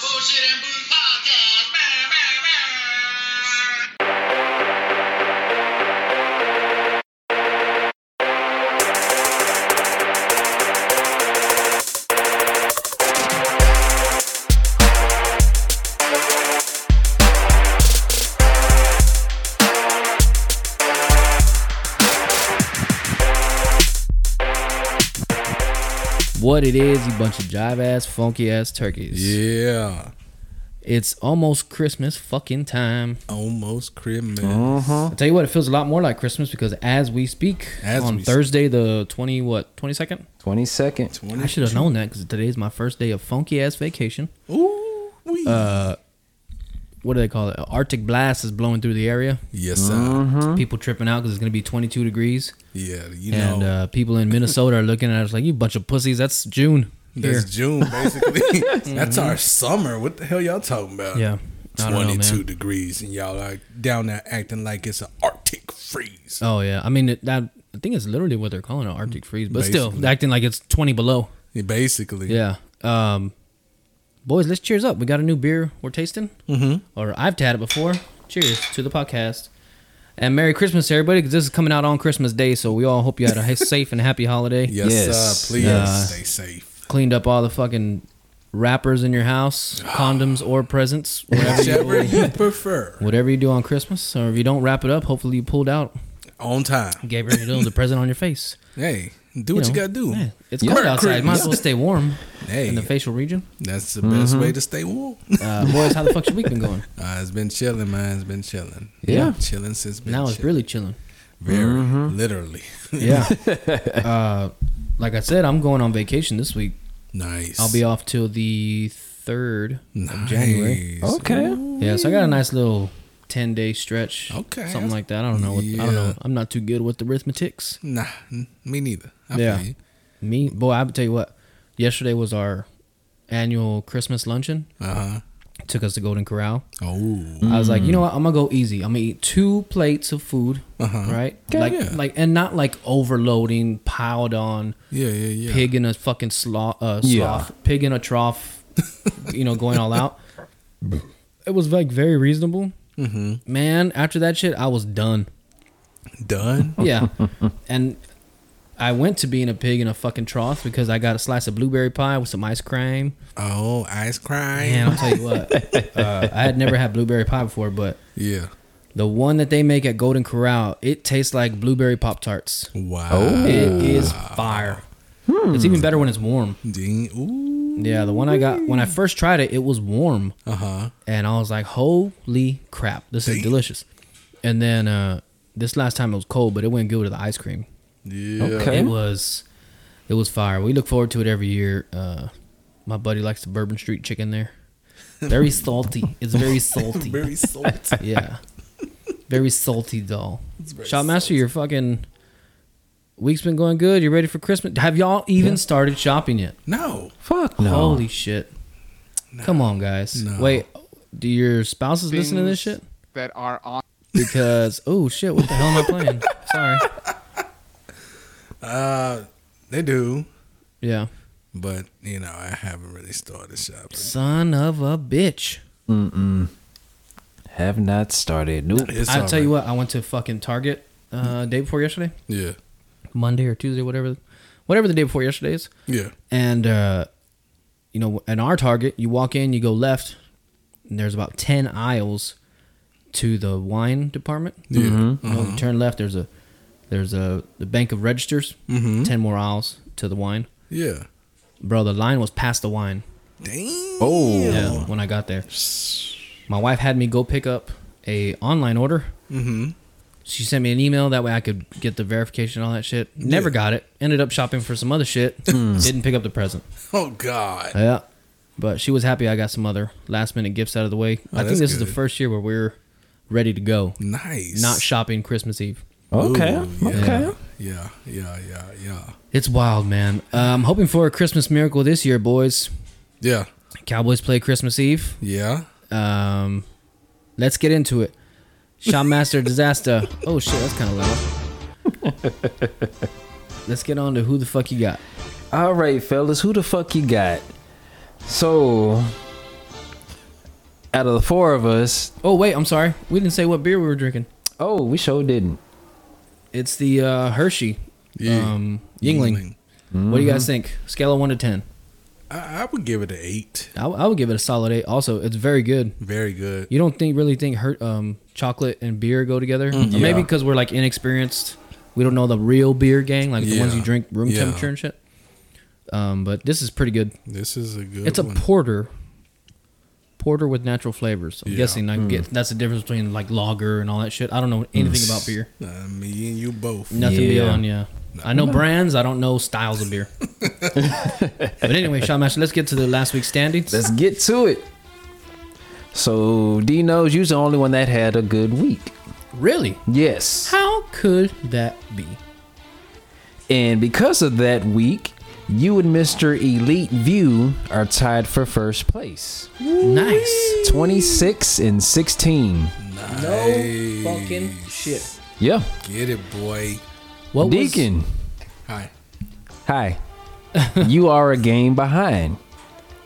Bullshit and Brew Podcast. Bah, bah, bah. What it is, you bunch of jive ass, funky ass turkeys. Yeah. It's almost Christmas fucking time. Almost Christmas. I tell you what, it feels a lot more like Christmas because as we speak As on we speak. Thursday, the twenty what twenty second. 22nd. 20 I should have known that because today is my first day of funky ass vacation. Uh, Ooh. wee. What do they call it? An Arctic blast is blowing through the area. yes, sir. Mm-hmm. People tripping out because it's gonna be twenty two degrees, Yeah, you and know. uh, people in Minnesota are looking at us like you bunch of pussies. That's June here. Mm-hmm. that's June, basically. That's our summer. What the hell y'all talking about? yeah, I don't know, 22 man. degrees, and y'all are down there acting like it's an Arctic freeze. Oh yeah, I mean it, that. I think it's literally what they're calling an Arctic freeze, but still Basically. acting like it's twenty below. Yeah, basically. Yeah. Um, boys, let's cheers up. We got a new beer we're tasting. Mm-hmm. Or I've had it before. Cheers to the podcast. And Merry Christmas, everybody, because this is coming out on Christmas Day. So we all hope you had a safe and happy holiday. Yes, Yes. sir. Please Yeah. stay safe. Cleaned up all the fucking wrappers in your house, condoms or presents, whatever Whichever you, you prefer. whatever you do on Christmas. Or if you don't wrap it up, hopefully you pulled out, On time. gave her you know, the present on your face. Hey, do what you know, got to do. yeah, it's Merry cold outside. Might as well Mm-hmm. Christmas. stay warm Hey, in the facial region. that's the best way to stay warm. Uh, boys, how the fuck's your week been going? Uh, it's been chilling, man. It's been chilling. Yeah. Chilling since been Now it's chilling. really Mm-hmm. chilling. Very, literally. Yeah. uh, like I said, I'm going on vacation this week. nice. I'll be off till the third. nice. January. Okay. Yeah, so I got a nice little ten day stretch. Okay. Something like that. I don't know. What, I don't know. Yeah. I'm not too good with the arithmetics. Nah, n- me neither. I Yeah. feel you. Me, boy, I will tell you what. Yesterday was our annual Christmas luncheon. Uh-huh. Took us to Golden Corral. Oh. I was like, you know what? I'm gonna go easy. I'm gonna eat two plates of food, Uh-huh. right? Okay. like, Yeah. like, and not like overloading, piled on. Yeah, yeah, yeah. pig in a fucking sloth, uh, sloth Yeah. pig in a trough, you know, going all out. It was like very reasonable. Mm-hmm. Man, after that shit, I was done. Done. Yeah, and I went to being a pig in a fucking trough because I got a slice of blueberry pie with some ice cream. Oh, ice And I'll cream. tell you what, uh, I had never had blueberry pie before, but Yeah. the one that they make at Golden Corral, it tastes like blueberry pop tarts. Wow. It is fire. It's even better when it's warm. Ding. Ooh. Yeah, the one I got when I first tried it, it was warm, Uh-huh. and I was like, "Holy crap, this is Damn. delicious!" And then uh, this last time it was cold, but it went good with the ice cream. Yeah. Okay. It was, it was fire. We look forward to it every year. Uh, my buddy likes the Bourbon Street chicken there. Very salty. It's very salty. Very salty. yeah, very salty doll. Shopmaster, your fucking week's been going good. You ready for Christmas? Have y'all even started shopping yet? no. Fuck no. Holy shit. Come on, guys. No. Wait, do your spouses listen to this things shit? that are on Because, oh shit, what the hell am I playing? Sorry. Uh, they do, Yeah. but you know, I haven't really started shopping. Son of a bitch. Have not started. Nope. It's I'll all tell right. you what, I went to fucking Target uh, day before yesterday, Yeah. Monday or Tuesday, whatever, whatever the day before yesterday is. Yeah. And, uh, you know, in our Target, you walk in, you go left, and there's about 10 aisles to the wine department. Yeah. You know, you turn left. There's a there's a the bank of registers. Ten more aisles to the wine, Yeah. bro. The line was past the wine. Dang. Oh. Yeah, when I got there, my wife had me go pick up a online order. Mm-hmm. She sent me an email that way I could get the verification and all that shit. Never got it. Ended up shopping for some other shit. Didn't pick up the present. Oh God. Yeah, but she was happy I got some other last minute gifts out of the way. I think Oh, that's this is the good. first year where we're ready to go, Nice. not shopping Christmas Eve. Okay. Ooh, yeah. Okay. Yeah. Yeah. Yeah. Yeah. It's wild, man. I'm hoping for a Christmas miracle this year, boys. Yeah. Cowboys play Christmas Eve. Yeah. Um, let's get into it. Shopmaster Disaster. Oh shit, that's kind of loud. let's get on to who the fuck you got. All right, fellas. Who the fuck you got? So, out of the four of us, Oh wait, I'm sorry. We didn't say what beer we were drinking. oh, we sure didn't. It's the uh, Hershey Yeah. um, Yingling. What do you Mm-hmm. guys think? Scale of one to ten. I, I would give it an eight. I, w- I would give it a solid eight. Also, it's very good. Very good. You don't think really think her, um, chocolate and beer go together? Or Maybe yeah. because we're like inexperienced. We don't know the real beer gang, like the ones Yeah. you drink room Yeah. temperature and shit. Um, but this is pretty good. This is a good. it's a one. porter. Porter with natural flavors. I'm Yeah. guessing Mm. I get that's the difference between like lager and all that shit. I don't Mm. know anything about beer. Uh, me and you both. Nothing Yeah. beyond, yeah. I know brands, I don't know styles of beer. but anyway, Sean Master, let's get to the last week's standings. Let's get to it. So Dino's you the only one that had a good week. really? Yes. How could that be? And because of that week, you and Mr. Elite View are tied for first place. Nice. 26 and 16. No fucking shit. Yeah. Get it, boy. What was- Deacon, Hi. hi. you are a game behind.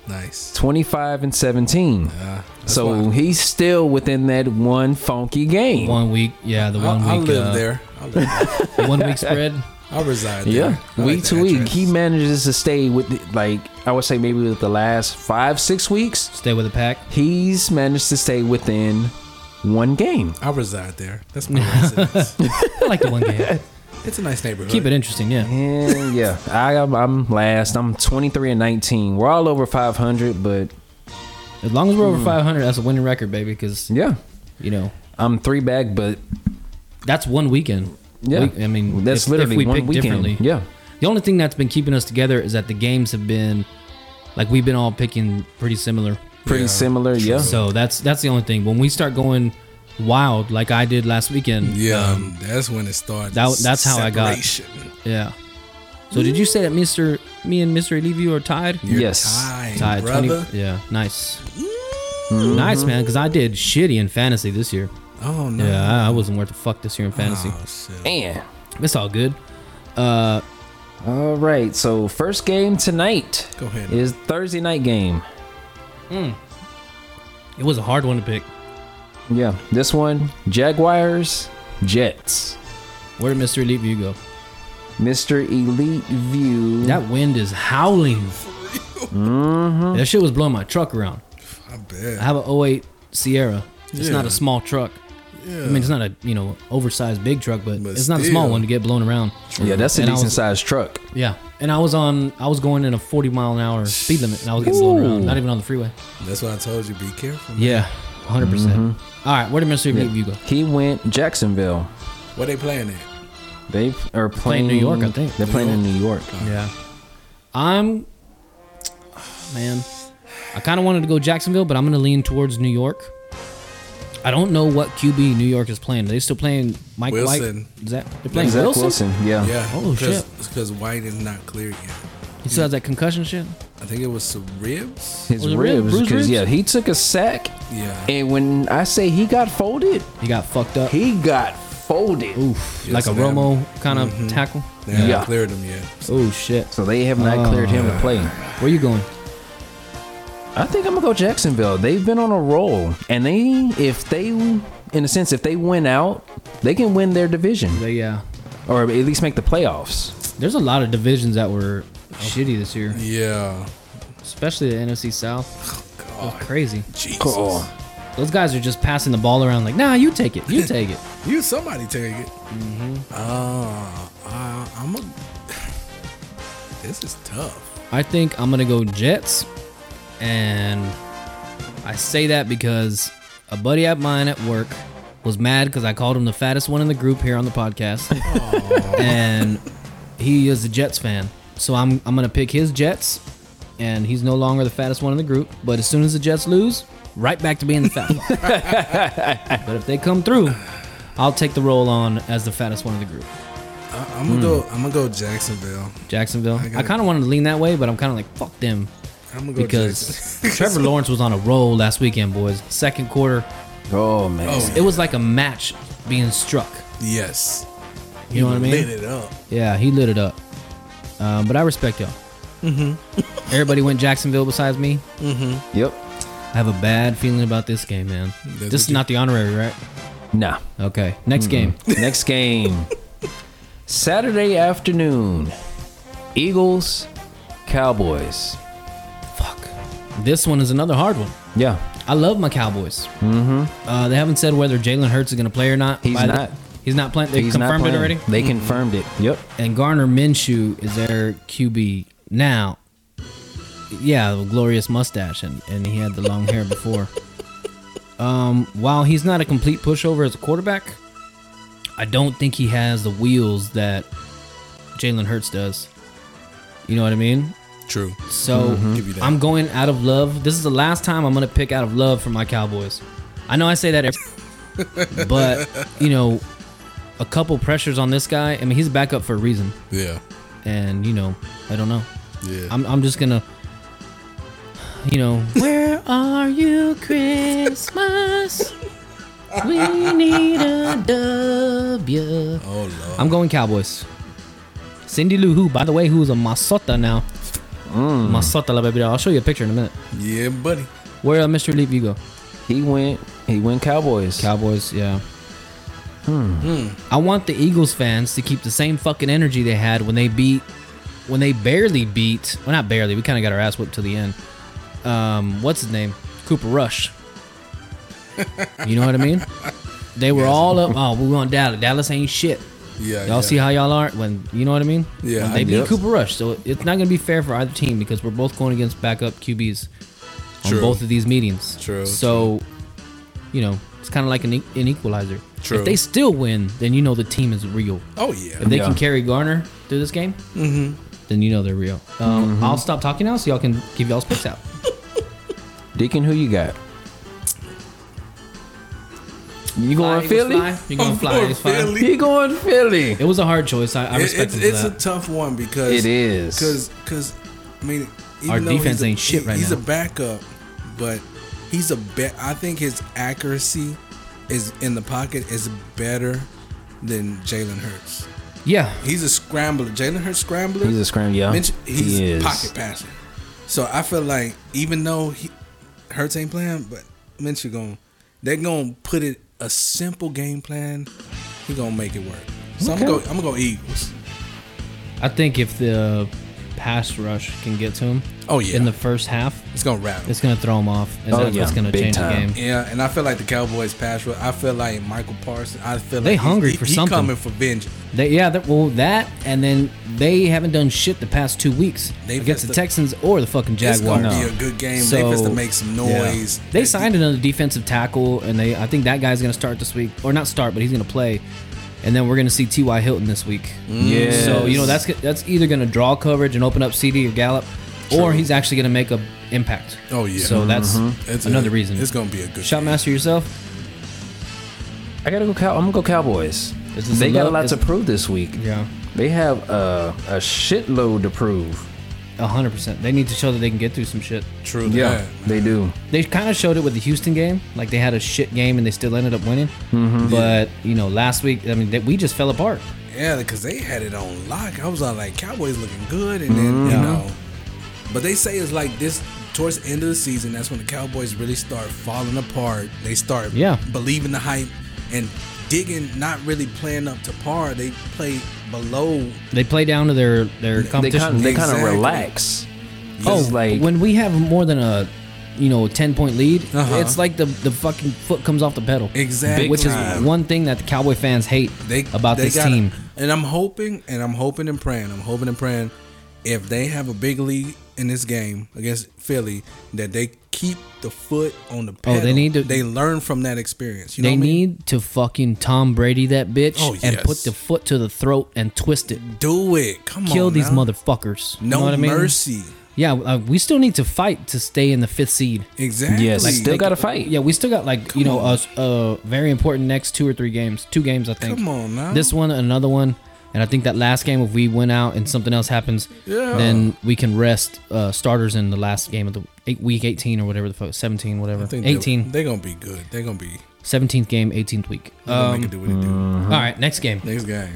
Nice. 25 and 17. Uh, that's so why he's still within that one funky game. one week, yeah, the I, one I week, live uh, there. I, live there. the one week spread. I reside there. Yeah, I like week the to week, address. he manages to stay with the, like I would say maybe with the last five six weeks, Stay with the pack. he's managed to stay within one game. I reside there. That's my residence. I like the one game. It's a nice neighborhood. Keep it interesting, yeah. And yeah, I, am I'm last. I'm 23 and 19. We're all over 500, but As long as we're Hmm. over 500, that's a winning record, baby. Because yeah, you know I'm three back. But that's one weekend. yeah, We- I mean that's if- if literally we one pick weekend. differently. Yeah, The only thing that's been keeping us together is that the games have been like we've been all picking pretty similar. pretty Yeah. similar. Yeah, So that's that's the only thing. When we start going wild, like I did last weekend, Yeah, um, that's when it starts. Um, that- that's how I got- yeah. So did you say that Mister, me and Mister Levy are tied? yes, Time, tied brother. Mm-hmm. Yeah, nice, nice man. Because I did shitty in fantasy this year. Oh no. Yeah, I, I wasn't worth a fuck this year in fantasy. Oh, shit. and It's all good. Uh, all right. So first game tonight Go ahead. is Thursday night game. it was a hard one to pick. Yeah, this one Jaguars Jets. Where did Mister Levy go? Mr. Elite View. That wind is howling. That shit was blowing my truck around. I bet. I have a 08 Sierra. It's not Yeah. a small truck. I mean, it's not a you know oversized big truck, but, But it's not a small still. one to get blown around. yeah, that's a And I decent was- sized truck. Yeah, and I was on. I was going in a 40 mile an hour speed limit, and I was getting blown around. Ooh. Not even on the freeway. That's why I told you be careful. man. Yeah, Mm-hmm. 100. percent All right, where did Mister Big View go? He went Jacksonville. Where they playing at? They f- are playing New York, I think. They're playing in New York. Yeah, I'm. Man, I kind of wanted to go Jacksonville, but I'm gonna lean towards New York. I don't know what QB New York is playing. Are they still playing Mike White? Wilson. Is that they're playing Zach Wilson? Wilson. Yeah. Yeah. Oh, cause, shit. Because White is not clear yet. He still has that concussion shit. I think it was some ribs. His Was it real? ribs, Bruised because ribs? yeah, he took a sack, Yeah. and when I say he got folded, He got fucked up. he got folded. Oof, Yes, like a ma'am. Romo kind of tackle. They haven't Yeah. cleared them yet. Oh shit! So they have not cleared him to play. Where you going? I think I'm gonna go Jacksonville. They've been on a roll, and they, if they, in a sense, if they win out, they can win their division They, uh, or at least make the playoffs. there's a lot of divisions that were shitty this year, Yeah. especially the NFC South. God. Crazy. Jesus. Cool. Those guys are just passing the ball around like, nah, you take it, you take it. You somebody take it. Mm-hmm. Uh, uh, I'm a. This is tough. I think I'm gonna go Jets, and I say that because a buddy of mine at work was mad because I called him the fattest one in the group here on the podcast, and he is a Jets fan. So I'm I'm gonna pick his Jets, and he's no longer the fattest one in the group. But as soon as the Jets lose, right back to being the fat one. but if they come through, I'll take the role on as the fattest one in the group. I, I'm Hmm. gonna go. I'm gonna go Jacksonville. Jacksonville. I, gotta- kind of wanted to lean that way, but I'm kind of like fuck them I'm gonna go because Jackson- Trevor Lawrence was on a roll last weekend, boys. Second quarter, Oh man. Oh. it was like a match being struck. yes, You know what I lit mean? it up. Yeah, he lit it up. Um, but I respect y'all. Mm-hmm. Everybody went Jacksonville besides me. Yep. I have a bad feeling about this game, man. this That's what is you- not the honorary, right? Nah. Okay. Next game. Next game. Saturday afternoon. Eagles, Cowboys. Fuck. This one is another hard one. Yeah. I love my Cowboys. Mm-hmm. Uh, they haven't said whether Jalen Hurts is going to play or not. He's By the- not. he's not playing. They He's not confirmed it playing. already. They confirmed it. Yep. And Garner Minshew is their QB now. Yeah, the glorious mustache, and, and he had the long hair before. Um, while he's not a complete pushover as a quarterback, I don't think he has the wheels that Jalen Hurts does. You know what I mean? True. So Give you that. I'm going out of love. This is the last time I'm going to pick out of love for my Cowboys. I know I say that, every, but you know, a couple pressures on this guy. I mean, he's a backup for a reason, Yeah. and you know, I don't know. Yeah. I'm I'm just gonna, you know, where are you, Christmas? We need a W. oh lord. I'm going Cowboys. Cindy Lou Who, by the way, who's a Masota now. Masota la baby doll. I'll show you a picture in a minute. Yeah, buddy. Where uh, Mr. Leap you go? He went he went Cowboys. Cowboys, yeah. Hmm. I want the Eagles fans to keep the same fucking energy they had when they beat, when they barely beat. Well, not barely. We kind of got our ass whipped to the end. Um, what's his name? Cooper Rush. you know what I mean? They were all up. Oh, we want Dallas. Dallas ain't shit. Yeah. Y'all yeah. see how y'all are when you know what I mean? Yeah, When they I beat guess. Cooper Rush, so it's not going to be fair for either team because we're both going against backup QBs on True. both of these meetings. True, So, you know, it's kind of like an, e- an equalizer. True. If they still win, then you know the team is real. Oh yeah. If they Yeah. can carry Garner through this game, Mm-hmm. then you know they're real. Um, Mm-hmm. I'll stop talking now so y'all can give y'all's picks out. Deacon, who you got? You going Eagles, Philly? fly. You're going I'm to fly. going It's fine. Philly. He going Philly. It was a hard choice. I, I It- respect it's him for it's a that. tough one because It is. because because I mean even Our though he's defense a- ain't shit he- right he's now. a backup, but he's a bet. I think his accuracy is in the pocket is better than Jalen Hurts. yeah. He's a scrambler. Jalen Hurts scrambler. He's a scram, yeah. Mitch- he's he is. pocket passer. So I feel like even though he Hurts ain't playing, but Minshew going they're gonna put it a simple game plan. He gonna make it work. So I'm gonna Okay. go, I'm gonna go Eagles. I think if the pass rush can get to him Oh yeah, in the first half, it's gonna rattle. It's gonna throw him off, and Oh, that's yeah, what's gonna big change time. the game. Yeah, and I feel like the Cowboys pass rush. I feel like Michael Parsons. I feel They like hungry he, for he something. coming for vengeance. They, yeah, that, well, that, and then they haven't done shit the past two weeks They against the messed up. Texans or the fucking It's Jaguars. gonna No. be a good game. So- they supposed to make some noise. They signed another defensive tackle, and they I think that guy's gonna start this week, or not start, but he's gonna play. And then we're gonna see T.Y. Hilton this week. Yeah. Mm. So you know that's that's either gonna draw coverage and open up C.D. or Gallup, or he's actually gonna make a impact. Oh, yeah. So that's It's a- another reason. It's gonna be a good Shot game. master yourself. I gotta go. Cow- I'm gonna go Cowboys. Is this They a got a love- lot is- to prove this week. Yeah. They have uh, a shitload to prove. hundred percent. They need to show that they can get through some shit. True. Yeah, that. they do. they kind of showed it with the Houston game. Like they had a shit game and they still ended up winning. But you know, last week, I mean, that we just fell apart. Yeah, because they had it on lock. I was all like, Cowboys looking good, and then Mm-hmm. you know. But they say it's like this towards the end of the season. That's when the Cowboys really start falling apart. They start Yeah. believing the hype and digging, not really playing up to par. They play below. They play down to their their They kind competition. of they kind of Exactly. relax. oh, It's like when we have more than a you know ten point lead, Uh-huh. it's like the the fucking foot comes off the pedal. Exactly. Which is Big time. one thing that the Cowboy fans hate They about they this gotta- team. And I'm hoping, and I'm hoping and praying, I'm hoping and praying, if they have a big lead in this game against Philly, that they keep the foot on the pedal. Oh, they need to- They learn from that experience. You know They what I mean? need to fucking Tom Brady that bitch Oh, and yes. put the foot to the throat and twist it. do it. Come on, Kill these now. motherfuckers. You No know what I mean? mercy. Yeah, uh, we still need to fight to stay in the fifth seed. Exactly. yes, still got to fight. Yeah, we still got like you know a, a very important next two or three games, two games I think. Come on now. This one, another one, and I think that last game if we win out and something else happens, Yeah. then we can rest uh, starters in the last game of the eight, week 18 or whatever the fuck 17 whatever I think they- 18 They're gonna be good. They're gonna be. 17th game 18th week. They're gonna make Um, it do what it do. all right, next game. Next game.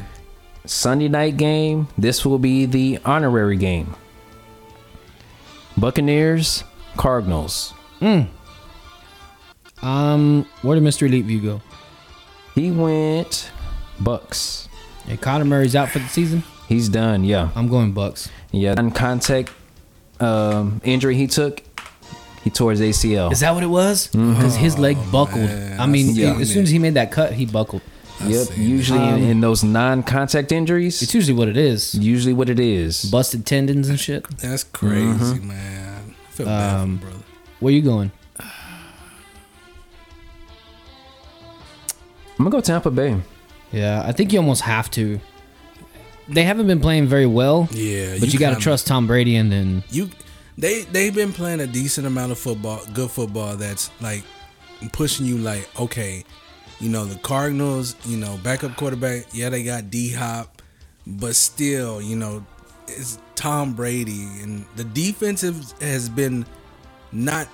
Sunday night game. This will be the honorary game. Buccaneers, Cardinals. Um, where did Mr. Elite View go? He went Bucks. And Connor Murray's out for the season. He's done. Yeah. I'm going Bucks. Yeah. And contact um, injury he took, he tore his ACL. Is that what it was? Because his leg buckled. man, I mean, I seen as soon it. as he made that cut, he buckled. yep. seen it. Usually Um, in, in those non-contact injuries, It's it's usually what it is. usually what it is. Busted tendons and shit. That's crazy, mm-hmm. man. I feel bad Um, for him, brother. Where you going? I'm gonna go Tampa Bay. Yeah, I think you almost have to. They haven't been playing very well. Yeah, but you, you got to kinda- trust Tom Brady, and then You, they they've been playing a decent amount of football, good football. That's like pushing you, like okay, you know the Cardinals, you know backup quarterback. Yeah, they got D Hop, but still, you know, it's Tom Brady, and the defense has- has been not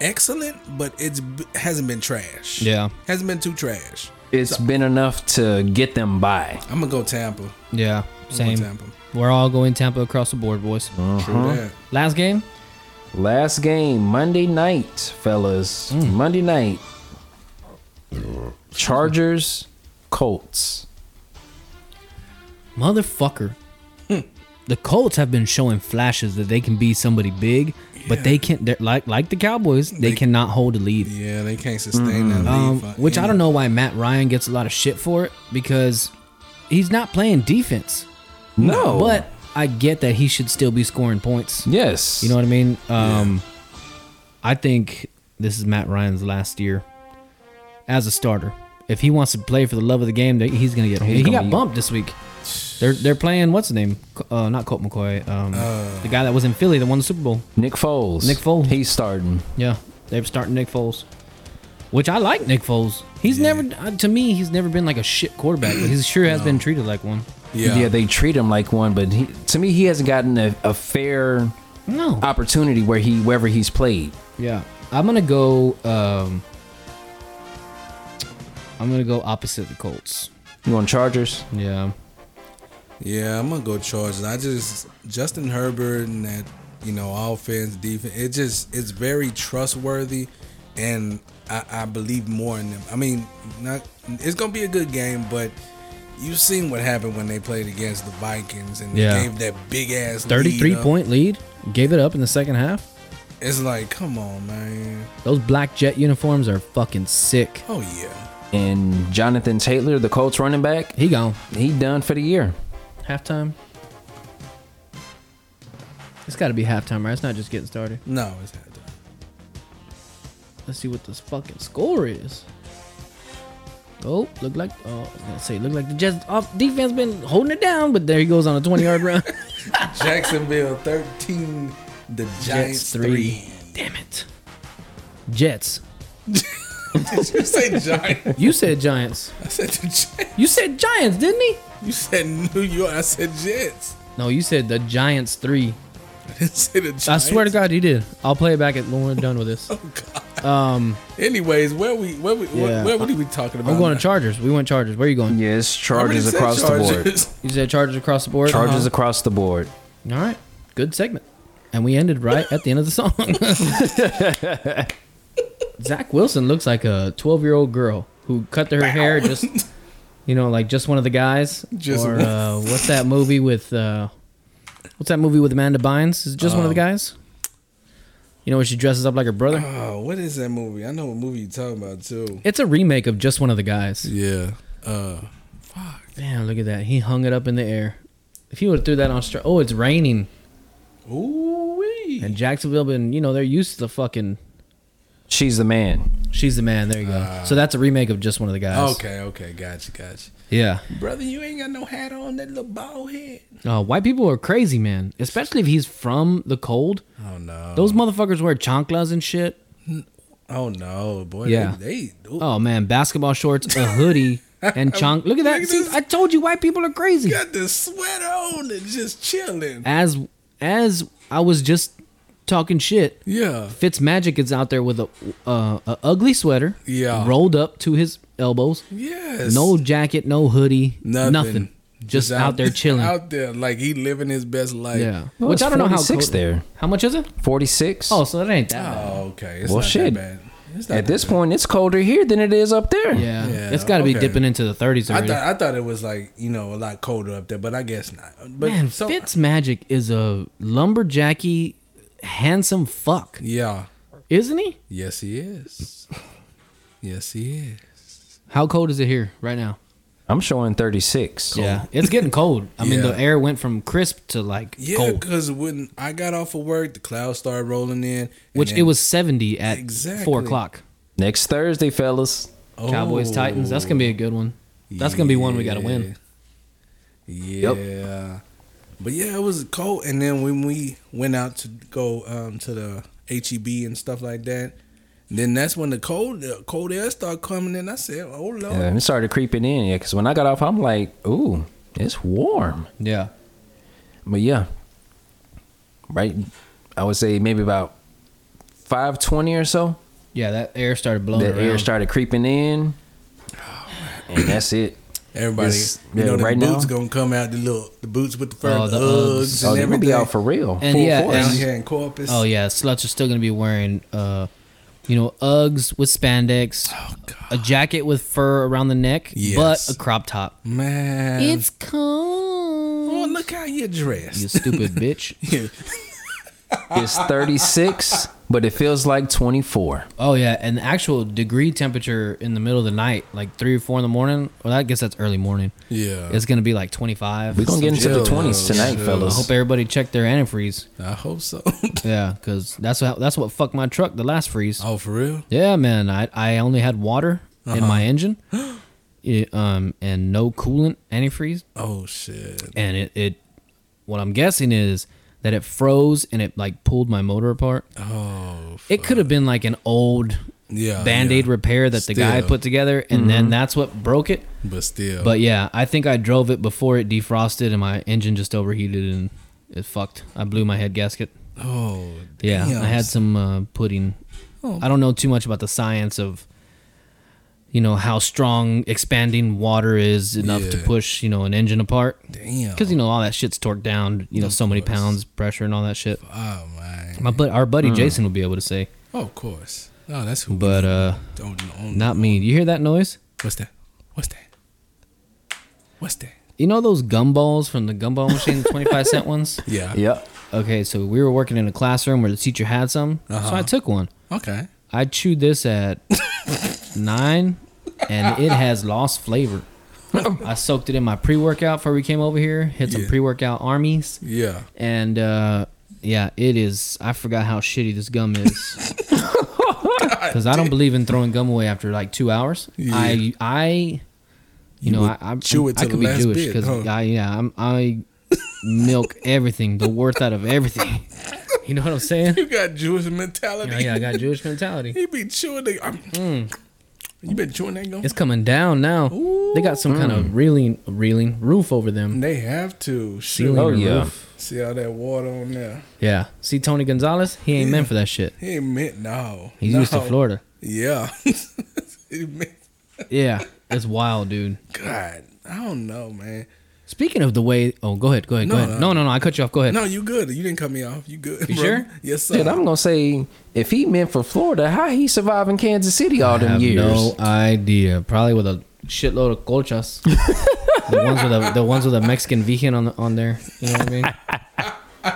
excellent, but it's b- hasn't been trash. Yeah. hasn't been too trash. It's been enough to get them by. I'm gonna go Tampa. yeah, same. Uh-huh. Tampa. We're all going Tampa across the board, boys. True that. Last game, Last game, Monday night, fellas. Mm. Monday night. Chargers, Colts. motherfucker. Hmm. the Colts have been showing flashes that they can be somebody big, but they can't. They're like like the Cowboys. They, cannot hold a lead. Yeah, they can't sustain that. Um, lead for which I any- don't know why Matt Ryan gets a lot of shit for it because he's not playing defense. No. But I get that he should still be scoring points. yes. You know what I mean? Um, I think this is Matt Ryan's last year as a starter. If he wants to play for the love of the game, that he's gonna get. He's he gonna got be- bumped this week. They're they're playing what's the name? Uh, not Colt McCoy. Um, Uh. the guy that was in Philly that won the Super Bowl. Nick Foles. Nick Foles. He's starting. Yeah, they're starting Nick Foles, which I like Nick Foles. He's never uh, to me. He's never been like a shit quarterback, but he sure has been treated like one. Yeah. yeah, they treat him like one, but he, to me, he hasn't gotten a, a fair No. opportunity where he wherever he's played. Yeah, I'm gonna go. Um, I'm gonna go opposite the Colts. You want Chargers? Yeah. Yeah, I'm gonna go Chargers. I just Justin Herbert and that you know offense defense. It just it's very trustworthy, and I, I believe more in them. I mean, not it's gonna be a good game, but you've seen what happened when they played against the Vikings and Yeah. they gave that big ass lead 33 up. point lead. Gave it up in the second half. It's like, come on, man. Those black jet uniforms are fucking sick. Oh yeah, And Jonathan Taylor, the Colts running back, He gone. he done for the year. Halftime. It's got to be halftime, right? It's not just getting started. no, it's not. done. Let's see what this fucking score is. Oh, look like oh, I was gonna say look like the Jets off defense been holding it down, but there he goes on a twenty yard run. Jacksonville 13, the Giants, Jets three. three. Damn it. Jets. Did you say Giants? You said Giants. I said the Giants. You said Giants, didn't he? You said New York. I said Jets. No, you said the Giants three. I didn't say the Giants. Oh, I swear to God, you did. I'll play it back at when we're done with this. Anyways, where we where we Um, Yeah. where, where were we talking about? I'm going to now? Chargers. We went Chargers. Where are you going? Yes, I already Chargers said across the board. Chargers. You said Chargers across the board. Uh-huh. Chargers across the board. All right, good segment. And we ended right at the end of the song. Zach Wilson looks like a 12 year old girl who cut her hair just, you know, like just one of the guys. Just or one. uh, what's that movie with? Uh, what's that movie with Amanda Bynes? Is it just one of the guys? You know, where she dresses up like her brother. Oh, what is that movie? I know what movie you talking about too. It's a remake of just one of the guys. Yeah. Uh, Damn, look at that. He hung it up in the air. If he would have threw that on straight. Oh, it's raining. ooh wee. And Jacksonville been, you know, they're used to the fucking She's the man. She's the man. There you go. so that's a remake of just one of the guys. Uh, Okay, okay, gotcha, gotcha. Yeah. Brother, you ain't got no hat on that little bald head. Uh, white people are crazy, man. Especially if he's from the cold. Oh no. Those motherfuckers wear chanclas and shit. oh no, boy. Yeah. They, they ooh, Oh man, basketball shorts, a hoodie, and chonk. Look at that. Look at See, this. I told you, white people are crazy. got the sweater on and just chilling. As as I was just talking shit, Yeah. Fitz Magic is out there with a uh, a ugly sweater, Yeah. rolled up to his elbows, Yes. no jacket, no hoodie, nothing, Nothing. just, out, there chilling. Out there, like he living his best life. yeah, Well, which it's I don't know how 46 cold- there. How much is it? Forty six. Oh, so that ain't that. bad. Oh, okay. It's Well, not shit. That bad. It's not At that this bad. point, it's colder here than it is up there. Yeah, Yeah, it's got to be okay. dipping into the 30s I already. thought I thought it was like you know a lot colder up there, but I guess not. But Man, so Fitz Magic is a lumberjacky, handsome fuck, yeah, isn't he? yes he is. Yes he is. How cold is it here right now? I'm showing 36. Yeah, it's getting cold. I mean, Yeah. the air went from crisp to like Yeah, cold, because when I got off of work, the clouds started rolling in, and which then- it was 70 at Exactly. four o'clock. Next Thursday, fellas. Oh, Cowboys Titans. That's gonna be a good one. That's gonna be one we gotta win. Yeah. But yeah, it was cold, and then when we went out to go um, to the HEB and stuff like that, then that's when the cold the cold air started coming in. I said, "Oh lord." Uh, it started creeping in. Yeah, because when I got off, I'm like, ooh, it's warm. Yeah, But yeah, right. I would say maybe about 520 or so. yeah. That air started blowing. The around. air started creeping in. And that's it. Everybody, This- you know, yeah, the right now- boots gonna come out. The little the boots with the fur, Oh, the the Uggs, Uggs. and Oh, they're going to everything. be out for real. And full yeah, force. down and- here in Corpus. Oh yeah, sluts are still gonna be wearing, uh, you know, Uggs with spandex, Oh, a jacket with fur around the neck, Yes. but a crop top. man. It's cold. oh, look how You you're dressed. stupid bitch. It's 36, but it feels like 24. Oh yeah, and the actual degree temperature in the middle of the night, like three or four in the morning. Well, I guess that's early morning. Yeah. It's gonna be like twenty five. We're going to get into the Chill, 20s bro. tonight, Chill. I fellas. hope everybody checked their antifreeze. I hope so. Yeah, because that's what that's what fucked my truck the last freeze. oh, for real? Yeah, man. I I only had water in Uh-huh. my engine, it, um, and no coolant, antifreeze, Oh shit. and it it. What I'm guessing is that it froze and it like pulled my motor apart. Oh. It could have been like an old Yeah. band aid yeah. repair that the guy Still. put together, and then that's what broke it. But still. But yeah, I think I drove it before it defrosted, and my engine just overheated and it fucked. I blew my head gasket. oh. Yeah, damn. I had some uh, pudding. Oh. I don't know too much about the science of, you know, how strong expanding water is enough to Yeah. push you know an engine apart. Damn. Because you know all that shit's torqued down, you know, so many pounds pressure and all that shit. Oh man. My but our buddy Jason would be able to say, Oh, of course. Oh, that's who. but uh, don't, don't, not me. You hear that noise? What's that? What's that? What's that? You know those gumballs from the gumball machine, the twenty-five cent ones. Yeah. Yep. Okay, so we were working in a classroom where the teacher had some, so I took one. Okay. I chewed this at nine, and it has lost flavor. I soaked it in my pre-workout before we came over here. Hit some Yeah. pre-workout armies, Yeah. and uh, yeah, it is. I forgot how shitty this gum is because I don't believe in throwing gum away after like two hours. I I. You, know, would I, I chew it I till could the be last Jewish bit, because huh? I yeah I'm, I milk everything, the worth out of everything. You know what I'm saying? Oh, You got Jewish mentality. Yeah, yeah, I got Jewish mentality. He be chewing the. I'm, You been chewing that gum? It's coming down now. They got some kind of reeling, reeling roof over them. They have to. Shoot. Ceiling Oh, or yeah. roof. See all that water on there. Yeah. See Tony Gonzalez? He ain't meant for that shit. He ain't meant no. He's no. used to Florida. Yeah. He meant- Yeah. It's wild, dude. God, I don't know, man. Speaking of the way, oh, go ahead, go ahead, No, go ahead. No, no. no, no, I cut you off. Go ahead. No, you good. You didn't cut me off. You good? You bro. sure? Yes, sir. Dude, I'm going to say if he meant for Florida, how he survived in Kansas City all I them have years? no idea. Probably with a shitload of colchas. the ones with the, the ones with a Mexican vegan on the, on there. You know what I mean?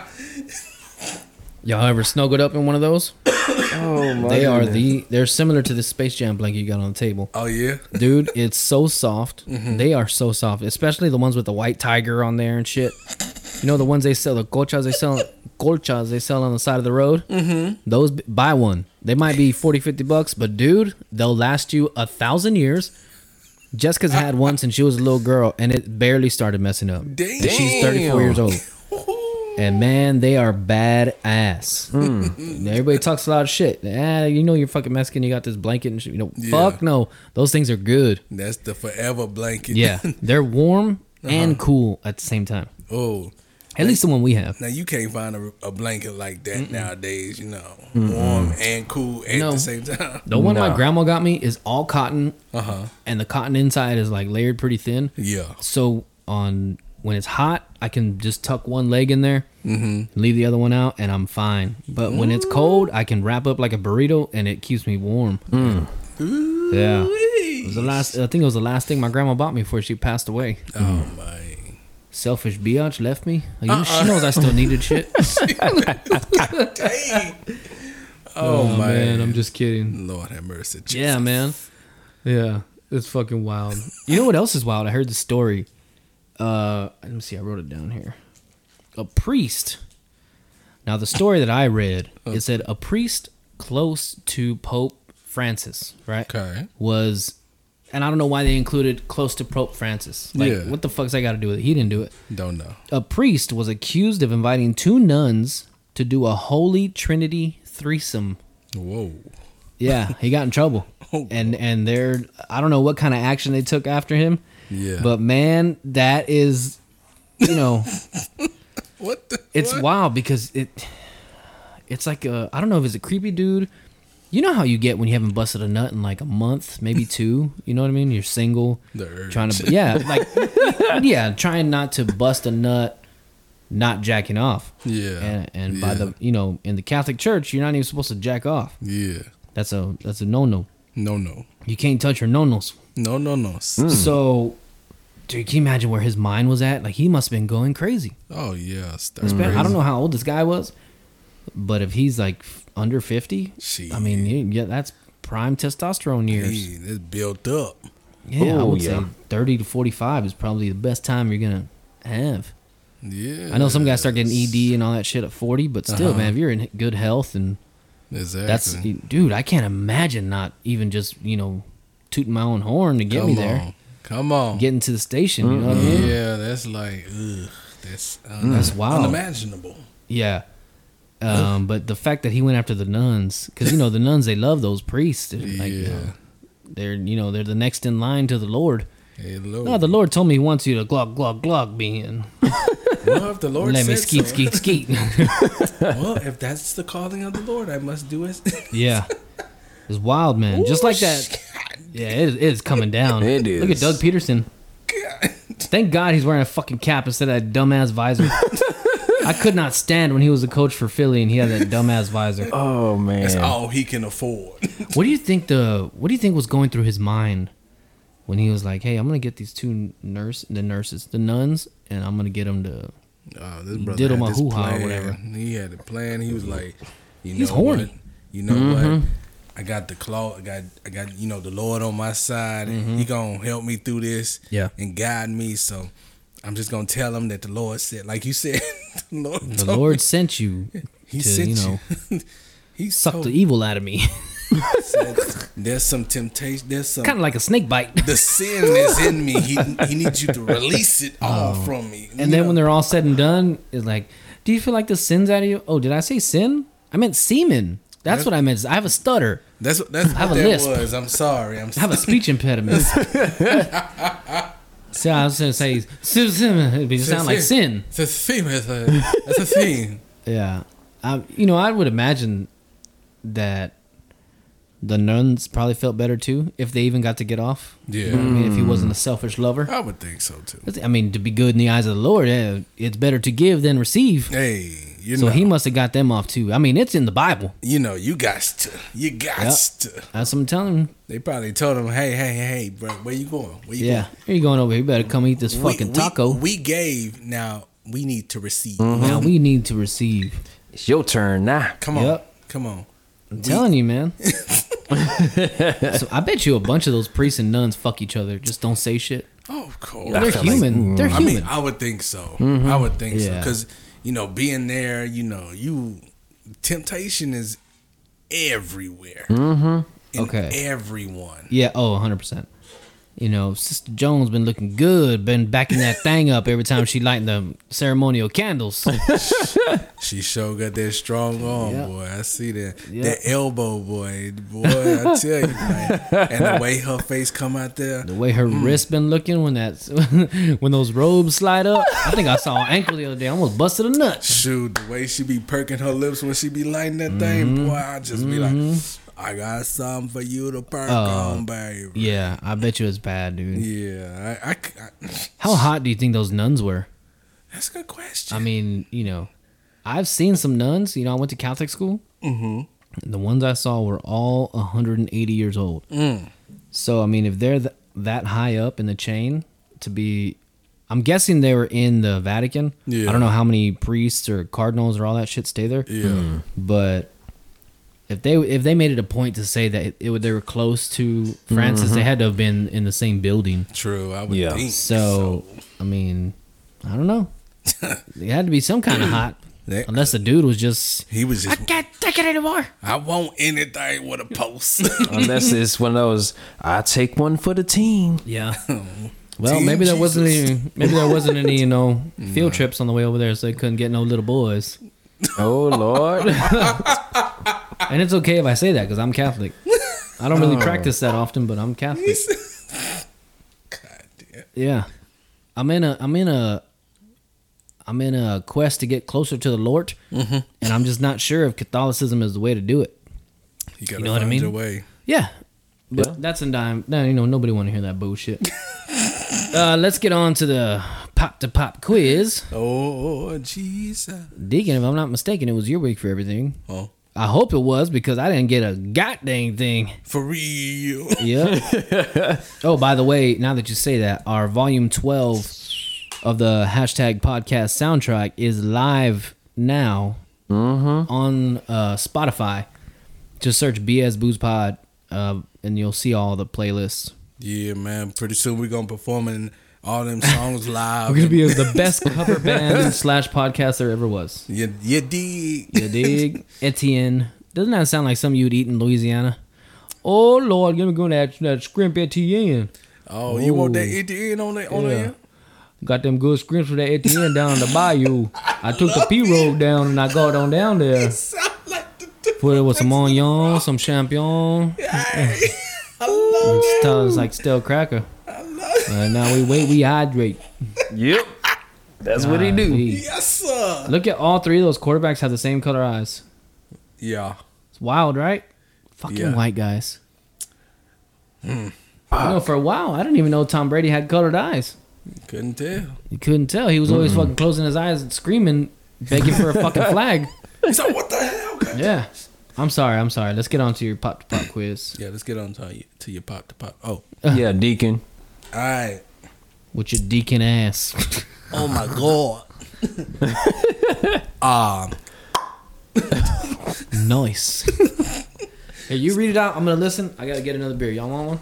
Y'all ever snuggled up in one of those? Oh, my They are the they're similar to the Space Jam blanket you got on the table. oh yeah. dude it's so soft they are so soft especially the ones with the white tiger on there and shit you know the ones they sell the colchas they sell colchas they sell on the side of the road mm-hmm. those b- buy one they might be 40 50 bucks but dude they'll last you a thousand years jessica's had one since she was a little girl and it barely started messing up Damn. And she's 34 years old and man they are bad ass everybody talks a lot of shit ah, you know you're fucking mexican you got this blanket and shit. you know fuck no those things are good That's the forever blanket. yeah, they're warm and cool at the same time. oh, At least the one we have. now you can't find a, a blanket like that nowadays. You know, warm and cool at No. the same time. The one my No. grandma got me is all cotton, Uh huh. and the cotton inside is like layered pretty thin. Yeah. So on when it's hot, I can just tuck one leg in there, leave the other one out, and I'm fine. But when it's cold, I can wrap up like a burrito, and it keeps me warm. Yeah, it was the last. I think it was the last thing my grandma bought me before she passed away. Oh my. Selfish biatch left me. Are you- She knows I still needed shit. Dang. Oh, oh my. man, I'm just kidding. Lord have mercy. Jesus. Yeah, man. Yeah, it's fucking wild. You know what else is wild? I heard the story. Uh, let me see. I wrote it down here. A priest. Now the story that I read, it said a priest close to Pope Francis, right? Okay. Was, and I don't know why they included close to Pope Francis. Like, Yeah. what the fuck's I got to do with it? He didn't do it. Don't know. A priest was accused of inviting two nuns to do a Holy Trinity threesome Whoa. yeah, he got in trouble. Oh. And and they're I don't know what kind of action they took after him. Yeah. But man, that is you know, What the? it's what? wild because it it's like a I don't know if it's a creepy dude. You know how you get when you haven't busted a nut in like a month, maybe two. You know what I mean? You're single, The urge. trying to yeah, like yeah, trying not to bust a nut, not jacking off. Yeah. and, and by Yeah. the you know in the Catholic Church, you're not even supposed to jack off. Yeah. That's a that's a no no. No, no. You can't touch your nonos. No, no, no. Mm. So, dude, can you imagine where his mind was at? Like, he must have been going crazy. Oh, yeah. Man, I don't know how old this guy was, but if he's like f- under 50, I mean, you- yeah, that's prime testosterone years. It's built up. Yeah, I Oh, would yeah. say 30 to 45 is probably the best time you're going to have. Yeah. I know some guys start getting E ED and all that shit at 40, but still, Uh-huh. man, if you're in good health and Exactly. that's, dude, I can't imagine not even just, you know, tooting my own horn to get Come me on. there. Come on. Getting to the station, you know what I mean? yeah, that's like, ugh. That's, Mm, That's wild. unimaginable. Yeah. Um, but the fact that he went after the nuns, because you know the nuns, they love those priests. They're, like, you know, Yeah. they're you know they're the next in line to the Lord. Hello. No, the Lord told me he wants you to glug glug glug me and well, if the Lord let me said skeet so. skeet skeet. Well, if that's the calling of the Lord, I must do it. yeah, it's wild, man. Just like that. Yeah, it is, it is coming down. It Look at is. Doug Peterson. Thank God he's wearing a fucking cap instead of that dumbass visor. I could not stand when he was a coach for Philly and he had that dumbass visor. Oh man. That's all he can afford. What do you think the What do you think was going through his mind when he was like, "Hey, I'm gonna get these two nurse, the nurses, the nuns, and I'm gonna get them to." Oh, this brother Diddle had my this hoo-ha or plan. whatever. He had a plan. He was like, you He's know horny. what? You know what? I got the claw. I got I got you know the Lord on my side. He gonna help me through this. Mm-hmm. Yeah. and guide me. So I'm just gonna tell him that the Lord said, like you said, the Lord. The told- Lord sent you He to, sent you know, you. he suck told the evil out of me, said, There's some temptation. There's some. kind of like a snake bite. the sin that's in me, he, he needs you to release it all from me. Oh. And then when they're all said and done, it's like, "Do you feel like the sin's out of you?" Oh, did I say sin? I meant semen. That's what I meant. I have a stutter. that's what that's have what a that lisp. was. I'm sorry. I'm I have a speech impediment. so I was gonna say, "Sin, sin," it'd be- sound like sin. It's a theme. It's a, it's a theme. Yeah, I, you know, I would imagine that the nuns probably felt better too if they even got to get off. Yeah. You know what I mean, if he wasn't a Hmm. selfish lover, I would think so too. 'Cause, I mean, to be good in the eyes of the Lord, eh, it's better to give than receive. Hey, you So know, he must have got them off too. I mean, it's in the Bible. you know, you got to, you got Yep. to. That's what I'm telling him. They probably told him, hey, hey, hey, bro, where you going? Where you Yeah, here you going over here. You better come eat this going? We- fucking we- taco. Mm-hmm. We, gave. Now we need to receive. now we need to receive. It's your turn now. Come on, Yep. come on. I'm telling you, man. so I bet you a bunch of those priests and nuns fuck each other. Just don't say shit. Oh, of course. They're feel like- human. They're I human. Mm-hmm. mean, I would think so. I would think so Yeah. because you know, being there, you know, you temptation is everywhere. Mm-hmm. Okay. Everyone. Yeah, oh, 100%. You know, Sister Jones been looking good, been backing that thing up every time she lighting the ceremonial candles. She sure got that strong arm, Yeah. boy. I see that. Yeah. That elbow, boy. Boy, I tell you, man. And the way her face come out there. The way her wrist been looking when that when those robes slide up. I think I saw an ankle the other day. I almost busted a nut. Shoot, the way she be perking her lips when she be lighting that Mm-hmm. thing, boy, I just be like, I got something for you to perk on, baby. Oh. Yeah, I bet you it's bad, dude. Yeah, I, I c- I- How hot do you think those nuns were? That's a good question. I mean, you know, I've seen some nuns. You know, I went to Catholic school. Mm-hmm. The ones I saw were all 180 years old. Mm. So, I mean, if they're th- that high up in the chain to be, I'm guessing they were in the Vatican. Yeah. I don't know how many priests or cardinals or all that shit stay there. yeah. But if they if they made it a point to say that it, would- they were close to Francis, they had to have been in the same building. True. I would Yeah. think. So, I mean, I don't know. it had to be some kind of hot, That- unless the dude was just. He was I just. can't take it anymore. I want anything with a post. Unless it's one of those, I take one for the team. Yeah. Well, Team maybe there wasn't Jesus. any. Maybe there wasn't any. You know, field trips on the way over there, so they couldn't get no little boys. Oh Lord. And it's okay if I say that because I'm Catholic. I don't really practice that often, but I'm Catholic. God damn. Yeah, I'm in a. I'm in a. I'm in a quest to get closer to the Lord, and I'm just not sure if Catholicism is the way to do it. You gotta know what I find mean? your way. Yeah. But Yeah. that's in dime. No, you know, nobody want to hear that bullshit. uh, let's get on to the pop to pop quiz. Oh Jesus. Deacon, if I'm not mistaken, it was your week for everything. Oh, I hope it was because I didn't get a goddamn thing. for real. Yeah. oh, by the way, now that you say that, our volume 12 of the hashtag podcast soundtrack is live now on uh, Spotify. Just search BS Booze Pod uh, and you'll see all the playlists. Yeah, man. Pretty soon we're gonna perform in all them songs live. We're gonna be the best cover band slash podcast there ever was. Yeah, yeah, dig. You dig? Etienne. Doesn't that sound like something you'd eat in Louisiana? Oh Lord, let me go to that, that scrimp Etienne. Oh, you want that Ooh. at the end on that on Yeah. there? Got them good scrimps with that Etienne down the bayou. I took the P road down and I got on down there. Sound like the dude. Put it with some onion, some champignon. I love it. Sounds like stale cracker. And now we wait, we hydrate. Yep. That's what he do. Golly. Yes, sir. Look at all three of those quarterbacks have the same color eyes. Yeah. It's wild, right? Fucking Yeah. white guys. You know, for a while, I didn't even know Tom Brady had colored eyes. Couldn't tell. You couldn't tell. He was always fucking closing his eyes and screaming, begging for a fucking flag. So what the hell? Yeah. I'm sorry. I'm sorry. Let's get on to your pop to pop quiz. Yeah, let's get on to you to your pop to pop. Oh, all Yeah, Deacon. right. With your deacon ass. Oh my god. um, nice. hey, you read it out. I'm going to listen. I got to get another beer. Y'all want one?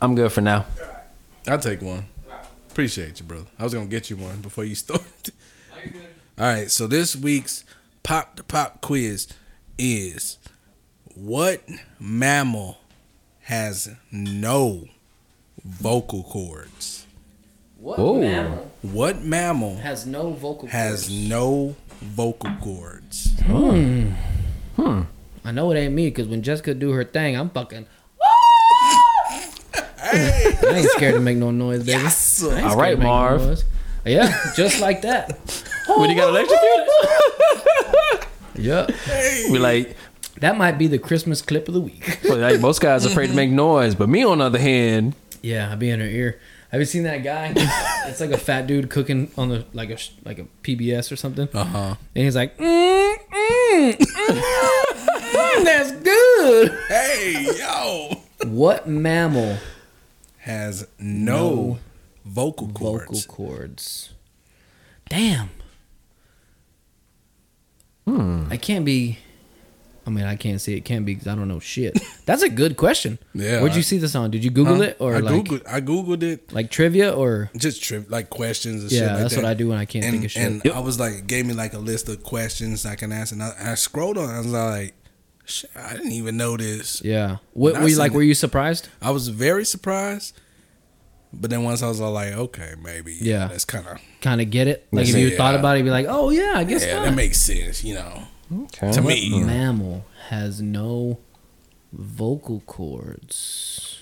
I'm good for now. I'll take one. Appreciate you, brother. I was gonna get you one before you started. All right, so this week's pop to pop quiz is what mammal has no vocal cords? What Whoa. mammal What mammal has no vocal has cords? no vocal cords? I know it ain't me because when Jessica do her thing, I'm fucking. I ain't scared to make no noise, baby. Yes. I ain't All scared right, to make no Marv. noise. Yeah, just like that. When you got electrocuted? Yeah. we like, That might be the Christmas clip of the week. well, like most guys afraid to make noise, but me on the other hand, Yeah, I'd be in her ear. Have you seen that guy? it's like a fat dude cooking on the like a sh- like a PBS or something. Oh. Uh huh. And he's like, mm, mm, mm, mm, "That's good." Hey, yo. What mammal Has no, No vocal cords. vocal cords? Damn. Hmm. I can't be. I mean, I can't say it can't be because I don't know shit. That's a good question. Yeah, Where'd I- you see this on? Did you Google Huh? it or I like googled I googled it like trivia or? just trip like questions and shit Yeah, like that's that. what I do when I can't and, think of shit. And I was like it gave me like a list of questions I can ask and I, I scrolled on I was like shit, I didn't even know this. Yeah. What I've were you seen like? it. Were you surprised? I was very surprised. But then once I was all like, okay, maybe Yeah. that's kind of Kind of get it. Like if Yeah. you thought about it, you'd be like, oh yeah, I guess yeah, not. that makes sense, you know, to me. you know. mammal has no vocal cords.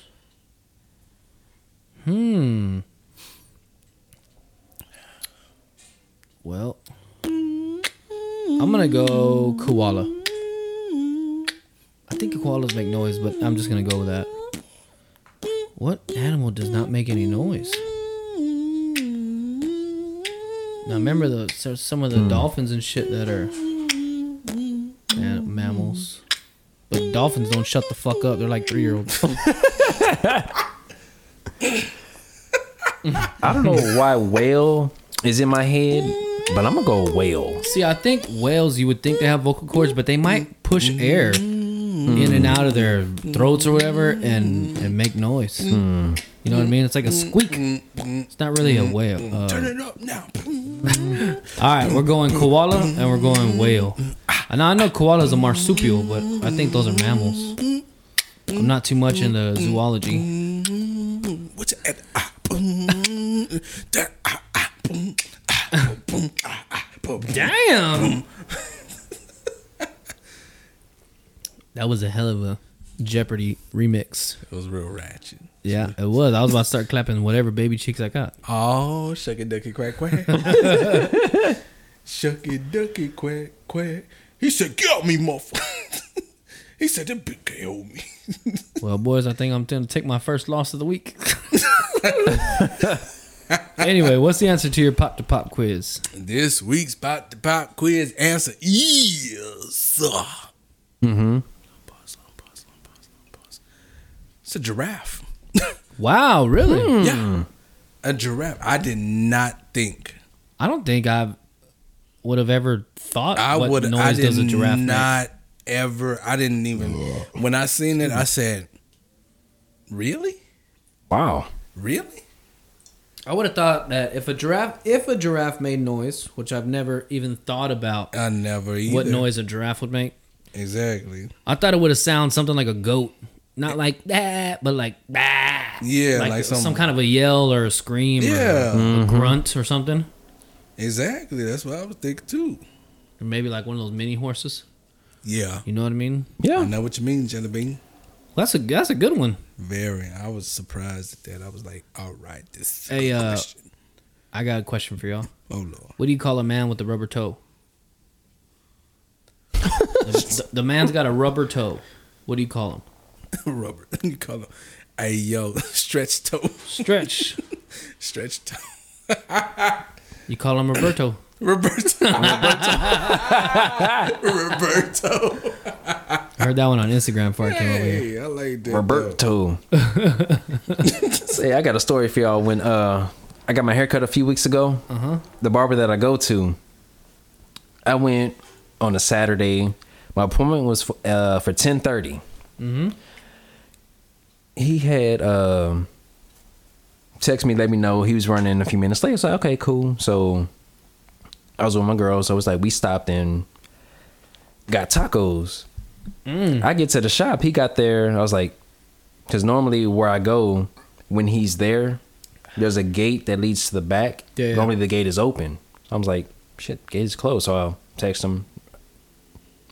Hmm. Well, I'm gonna go koala. I think koalas make noise, but I'm just gonna go with that. What animal does not make any noise? Now remember the so- some of the dolphins and shit that are Mm-hmm. an- mammals, but dolphins don't shut the fuck up. They're like three year olds. I don't know why whale is in my head, but I'm gonna go whale. See, I think whales, you would think they have vocal cords, but they might push Mm-hmm. air in and out of their throats or whatever and, and make noise. Mm-hmm. You know what I mean? It's like a squeak. It's not really a whale. Uh, Turn it up now. all right, we're going koala and we're Mm-hmm. going whale. And I know koala is a marsupial, but I think those are mammals. I'm not too much into Mm-hmm. zoology. What's it? Ah, boom, da- ah, ah, boom, ah, boom, ah, ah, boom. Damn! that was a hell of a Jeopardy remix. It was real ratchet. Yeah, it was. I was about to start clapping whatever baby cheeks I got. Oh, shuck a ducky quack quack. shuck a ducky quack quack. He said, Get off me, motherfucker. he said, That bitch can't hold me. Well, boys, I think I'm going to take my first loss of the week. anyway, what's the answer to your pop to pop quiz? this week's Pop the Pop quiz answer is. Mm hmm. It's a giraffe. Wow, really? Hmm. Yeah. A giraffe. I did not think. I don't think I would have ever thought I what would. noise I did does a giraffe make. not ever. I didn't even. When I seen it, I said, "Really? Wow. Really? I would have thought that if a giraffe if a giraffe made noise, which I've never even thought about I never either. what noise a giraffe would make, Exactly. I thought it would have sound something like a goat. Not like that, but like that. Yeah, like some, some- kind of a yell or a scream Yeah. or a grunt or something. Exactly. That's what I was thinking too. Or maybe like one of those mini horses. Yeah. You know what I mean? I Yeah. know what you mean, Jelly Bean. That's a that's a good one. Very. I was surprised at that. I was like, "All right, this." is a Hey, good uh, question. I got a question for y'all. oh lord. What do you call a man with a rubber toe? the, the man's got a rubber toe. What do you call him? Robert, you call him. Hey yo, stretch toe, Stretch. stretch toe. You call him Roberto. Roberto. Roberto. Roberto. I heard that one on Instagram before I came over here. Hey, I like that. though. Roberto. Say, I got a story for y'all. When uh, I got my hair cut a few weeks ago, the barber that I go to, I went on a Saturday. My appointment was for, uh, for ten He had um, text me, let me know he was running a few minutes late. I was like, okay, cool. So I was with my girl, so it was like we stopped and got tacos. Mm. I get to the shop. He got there. I was like, because normally where I go when he's there, there's a gate that leads to the back. Yeah, yeah. Normally the gate is open. I was like, shit, gate is closed. So I'll text him,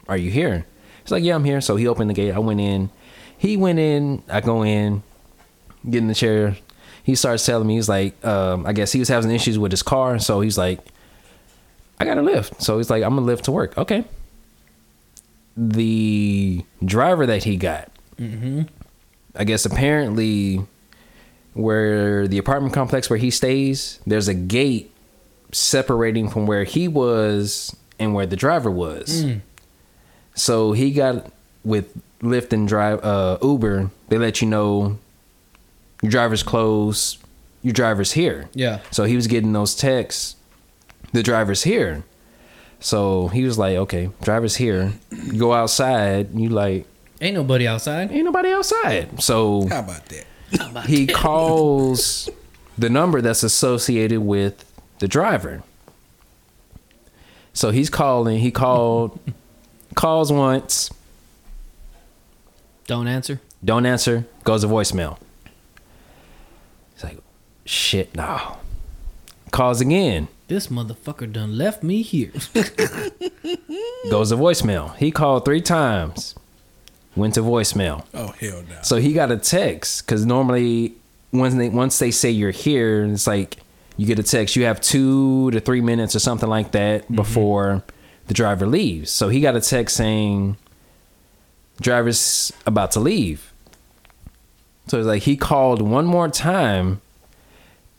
Are you here? He's like, Yeah, I'm here. So he opened the gate. I went in. He went in. I go in, get in the chair. He starts telling me, he's like, um, I guess he was having issues with his car. So he's like, I got a lift. So he's like, I'm going to lift to work. Okay the driver that he got. I guess apparently, where the apartment complex where he stays, there's a gate separating from where he was and where the driver was. So he got with Lyft and drive uh, Uber. They let you know your driver's close, your driver's here. Yeah. So he was getting those texts. The driver's here. So he was like, okay, driver's here. You go outside. You like, Ain't nobody outside. ain't nobody outside. So How about that? he calls the number that's associated with the driver. So he's calling. He called, calls once, Don't answer. don't answer, goes to voicemail. He's like, shit, no. Calls again. This motherfucker done left me here. goes to voicemail. He called three times, went to voicemail. Oh hell no. So he got a text because normally once they once they say you're here, it's like you get a text. You have two to three minutes or something like that before the driver leaves. So he got a text saying driver's about to leave. So it's like he called one more time,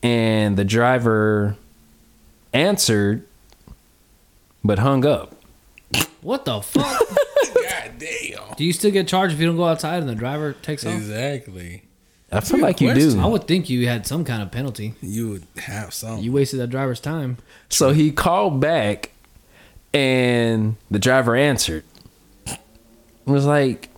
and the driver answered, but hung up. What the fuck? God damn. Do you still get charged if you don't go outside and the driver takes off? Exactly. I feel a like you I do. would think you had some kind of penalty. You would have some. You wasted that driver's time. So he called back, and the driver answered. It was like,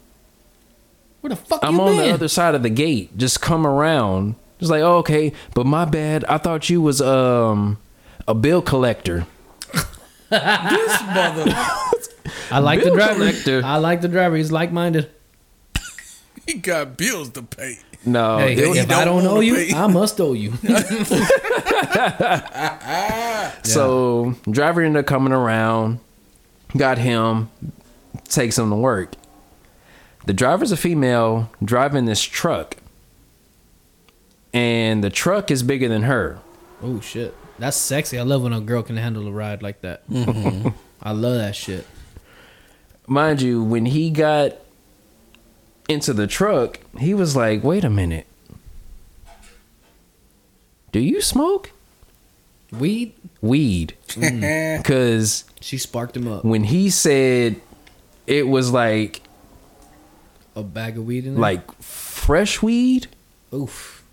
Where the fuck I'm you on been? the other side of the gate. Just come around. Just like, oh, okay, but my bad. I thought you was um a bill collector. this mother, I like the Bill driver. collector. I like the driver. He's like-minded. he got bills to pay. No, hey, it was- if don't I don't wanna know you, pay. I must owe you. so driver ended up coming around, got him, takes him to work. The driver's a female driving this truck, and the truck is bigger than her. oh shit, that's sexy. I love when a girl can handle a ride like that. Mm-hmm. I love that shit. mind you, when he got into the truck, he was like, "Wait a minute, do you smoke Weed. weed. weed?" Hmm. Because She sparked him up. when he said it was like A bag of weed in there. like fresh weed, oof.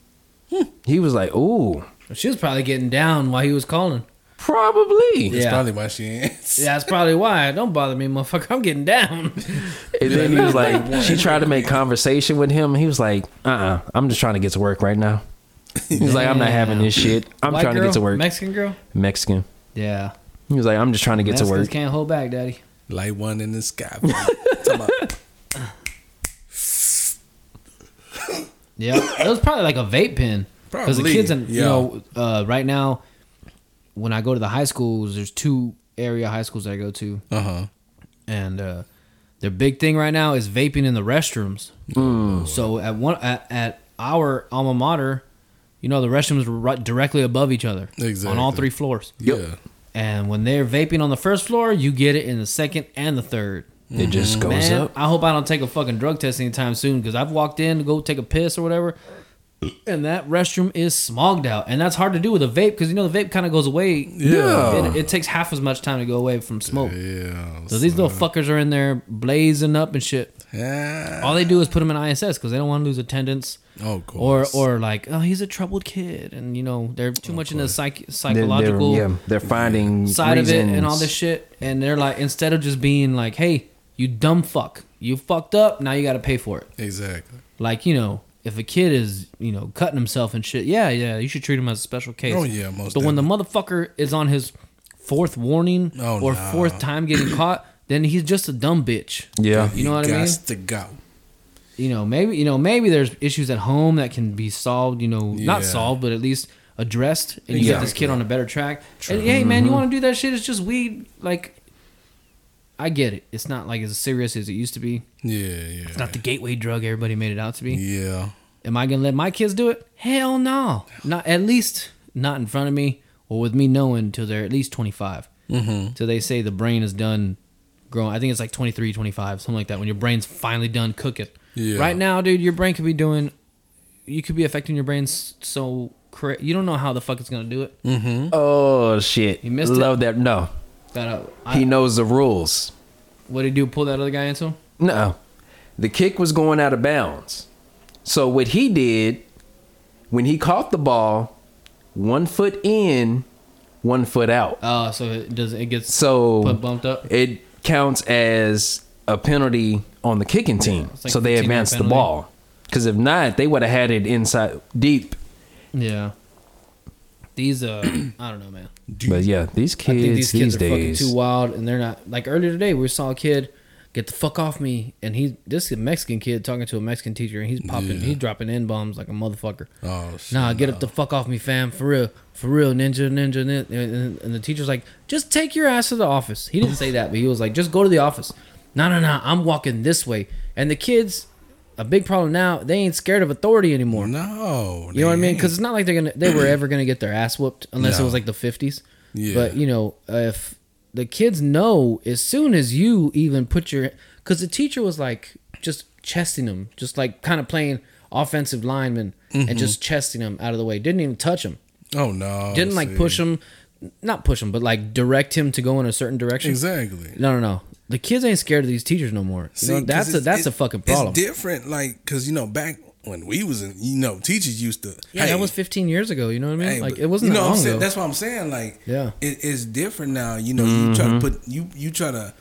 he was like, "Ooh, She was probably getting down while he was calling. probably." That's Yeah. probably why she ain't. Yeah, that's probably why. Don't bother me, motherfucker. I'm getting down. And then he was like, she tried to make conversation with him. He was like, "Uh, uh-uh, uh, i am just trying to get to work right now." He's like, "I'm not having this shit. I'm White trying to girl? get to work." Mexican girl. Mexican. Yeah. He was like, "I'm just trying to get Mexicans to work." Can't hold back, daddy. Like one in the sky. Talking about- Yeah, it was probably like a vape pen. Because the Probably, kids, in, you yeah. know, uh, right now, when I go to the high schools, there's two area high schools that I go to, uh-huh. and uh, their big thing right now is vaping in the restrooms. So at one at, at our alma mater, you know, the restrooms were right directly above each other on all Exactly. three floors. Yeah. And when they're vaping on the first floor, you get it in the second and the third. It just Oh, goes Mm-hmm. Man, up. I hope I don't take a fucking drug test anytime soon because I've walked in to go take a piss or whatever, and that restroom is smogged out, and that's hard to do with a vape because you know the vape kind of goes away. Yeah. it, it takes half as much time to go away from smoke. Yeah. So these little fuckers are in there blazing up and shit. Yeah. All they do is put them in ISS because they don't want to lose attendance. Oh, of Or, course. or like, oh, he's a troubled kid, and you know they're too much into psych- They're, they're, psychological yeah, they're finding side of it and all reasons. this shit. And they're like, instead of just being like, "Hey, you dumb fuck, you fucked up. Now you got to pay for it." Exactly. Like you know, if a kid is you know cutting himself and shit, yeah, yeah, you should treat him as a special case. Oh, yeah, most But when the motherfucker is on his fourth warning Oh, or nah. fourth time getting caught, then he's just a dumb bitch. Yeah, Uh, You know what I mean? Gots to go. You know, maybe you know maybe there's issues at home that can be solved. You know, not Yeah. solved, but at least addressed, and you get this Exactly. kid on a better track. And, hey, man, Mm-hmm. you want to do that shit? It's just weed. Like, I get it. It's not like as serious as it used to be. Yeah, yeah. It's not the gateway drug everybody made it out to be. yeah. Am I gonna let my kids do it? Hell no. Not at least not in front of me or with me knowing till they're at least 25. Mm-hmm. Till they say the brain is done growing. I think it's like 23, 25, something like that. When your brain's finally done cooking. Yeah. Right now, dude, your brain could be doing. You could be affecting your brain s- so. cra- You don't know how the fuck it's gonna do it. Oh shit! You missed Love that. No, Gotta, he uh, I, knows the rules. what did he do? Pull that other guy into? him? No, the kick was going out of bounds. So what he did when he caught the ball, one foot in, one foot out. Oh, so it does. It gets So put bumped up. it counts as a penalty on the kicking team. it's like so they 15-yard advanced the penalty. ball. Because if not, they would have had it inside deep. Yeah. These uh, I don't know, man. But yeah, these kids I think these, these kids are days. fucking too wild, and they're not like earlier today. We saw a kid get the fuck off me, and he this Mexican kid talking to a Mexican teacher, and he's popping, he's dropping n bombs like a motherfucker. Oh, shit. Nah, get up the fuck off me, fam. For real, for real, ninja, ninja, ninja. And, and- and the teacher's like, just take your ass to the office. He didn't say that, but he was like, just go to the office. No, no, no, I'm walking this way. And the kids, a big problem now, they ain't scared of authority anymore. No. You know what I mean? Because it's not like they're gonna they were ever gonna get their ass whooped unless it No. was like the fifties. Yeah. But you know, if the kids know as soon as you even put your because the teacher was like just chesting them, just like kind of playing offensive Mm-hmm. lineman and just chesting them out of the way. Didn't even touch them. Oh, no. Didn't like see. push them. not push him, but like direct him to go in a certain direction. Exactly. No, no, no. The kids ain't scared of these teachers no more. You See, know, 'cause that's a it's- that's it- a fucking problem. It's different, like because you know back when we was in, you know, teachers used to. yeah, hey, that was 15 years ago. You know what I mean? hey, like but- it wasn't you that know what I'm long saying? ago. That's what I'm saying. Like, Yeah. Mm-hmm. it, it's different now. You know, you try to put you you try to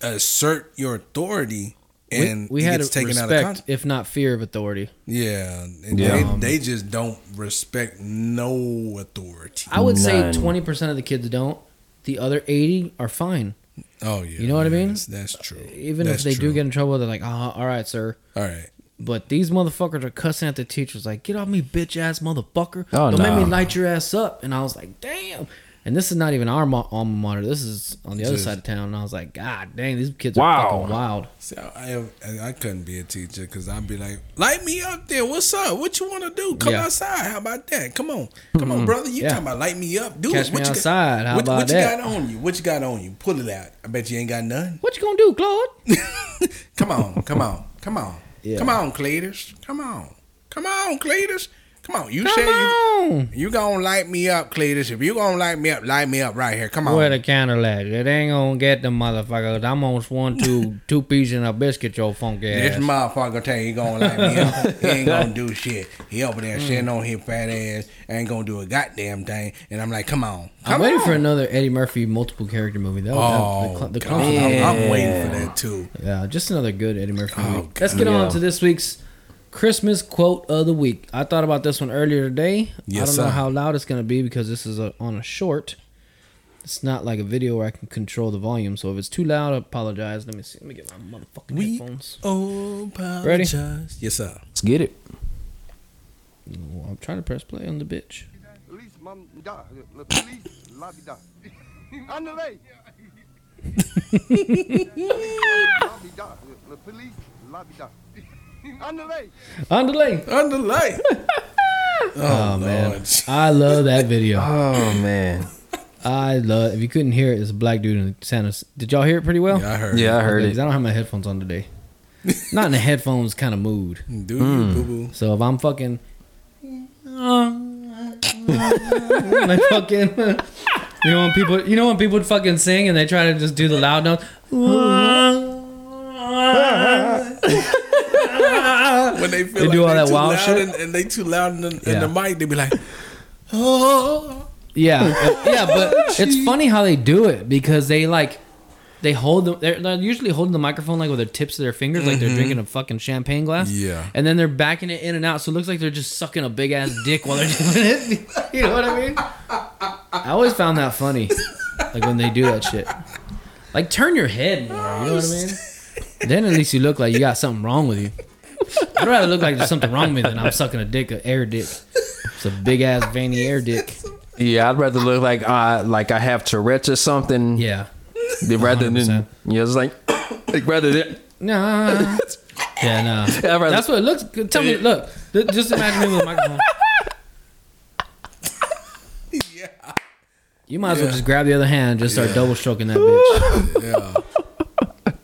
assert your authority, We- and we, it had gets taken respect, Um, out of context. if not fear of authority. Yeah, and Yeah. They, they just don't respect no authority. I would None. say 20% of the kids don't. The other 80 are fine. Oh yeah, You know what I mean? yes, That's true. Even if That's they true. do get in trouble, they're like, "Ah, all right, sir." all right. But these motherfuckers are cussing at the teachers, like, "Get off me, bitch ass motherfucker! Oh, Don't no. make me light your ass up." And I was like, "Damn!" And this is not even our mo- alma mater. This is on the other Just- side of town. And I was like, "God dang, these kids Wow. are fucking wild." So I have, I couldn't be a teacher because I'd be like, light me up there. What's up? What you want to do? Come Yeah. outside. How about that? Come on, come on, brother. You Yeah. talking about light me up? Do Catch me it. What you got- outside. How what, about what you that? got on you? What you got on you? Pull it out. I bet you ain't got none. What you gonna do, Claude? Come on, come on, come on, Yeah. come on, Cletus. Come on, come on, Cletus. Come on. You Come say you on. you gonna light me up, Cletus? If you gonna light me up, light me up right here. Come on. Where the counter ledge? It ain't gonna get them motherfuckers. I'm gonna one two two peas in a biscuit, your funky This ass. motherfucker tell you he gonna light me up. He ain't gonna do shit. He over there sitting on his fat ass, ain't gonna do a goddamn thing. And I'm like, come on, come I'm waiting on. for another Eddie Murphy multiple character movie. That was Oh, that, the, cl- the God, Clown- I'm, I'm waiting for that too. Yeah, just another good Eddie Murphy movie. Oh, Let's get on Yeah. to this week's Christmas quote of the week. I thought about this one earlier today. I Yes, don't know sir. how loud it's going to be because this is a, on a short. It's not like a video where I can control the volume. So if it's too loud, I apologize. Let me see. Let me get my motherfucking We headphones. oh, Ready? Yes, sir. Let's get it. Oh, I'm trying to press play on the bitch. Police, mom, da, the police, la, di, da. On the way. La, di, da, the police, la, di, da. On the way. On delay. Under light. oh, man. I love that video. Oh man. I love. If you couldn't hear it, it's a black dude in Santa. Did y'all hear it pretty well? Yeah, I heard. Yeah, I heard Okay, it. 'cause I don't have my headphones on today. Not in a headphones kind of mood. Do you Mm. boo boo? So if I'm fucking, like fucking, you know when people, you know when people fucking sing and they try to just do the loud note. When they feel They like do all they that too wild loud shit? and, and they too loud in the, in Yeah. the mic, they be like, oh. Yeah, yeah, but it's funny how they do it because they like they hold them. They're, they're usually holding the microphone like with their tips of their fingers, like they're drinking a fucking champagne glass. Yeah. and then they're backing it in and out, so it looks like they're just sucking a big ass dick while they're doing it. you know what I mean? I always found that funny, like when they do that shit. Like turn your head more. You know what I mean? Then at least you look like you got something wrong with you. I'd rather look like there's something wrong with me than I'm sucking a dick, an air dick. It's a big ass veiny air dick. Yeah, I'd rather look like I like I have Tourette's or something. Yeah. Rather than 100%. you know, it's like like rather than Nah. yeah, nah. I'd rather- That's what it looks. Tell me, look. th- Just imagine me with a microphone. Yeah. You might as well just grab the other hand and just start double stroking that bitch.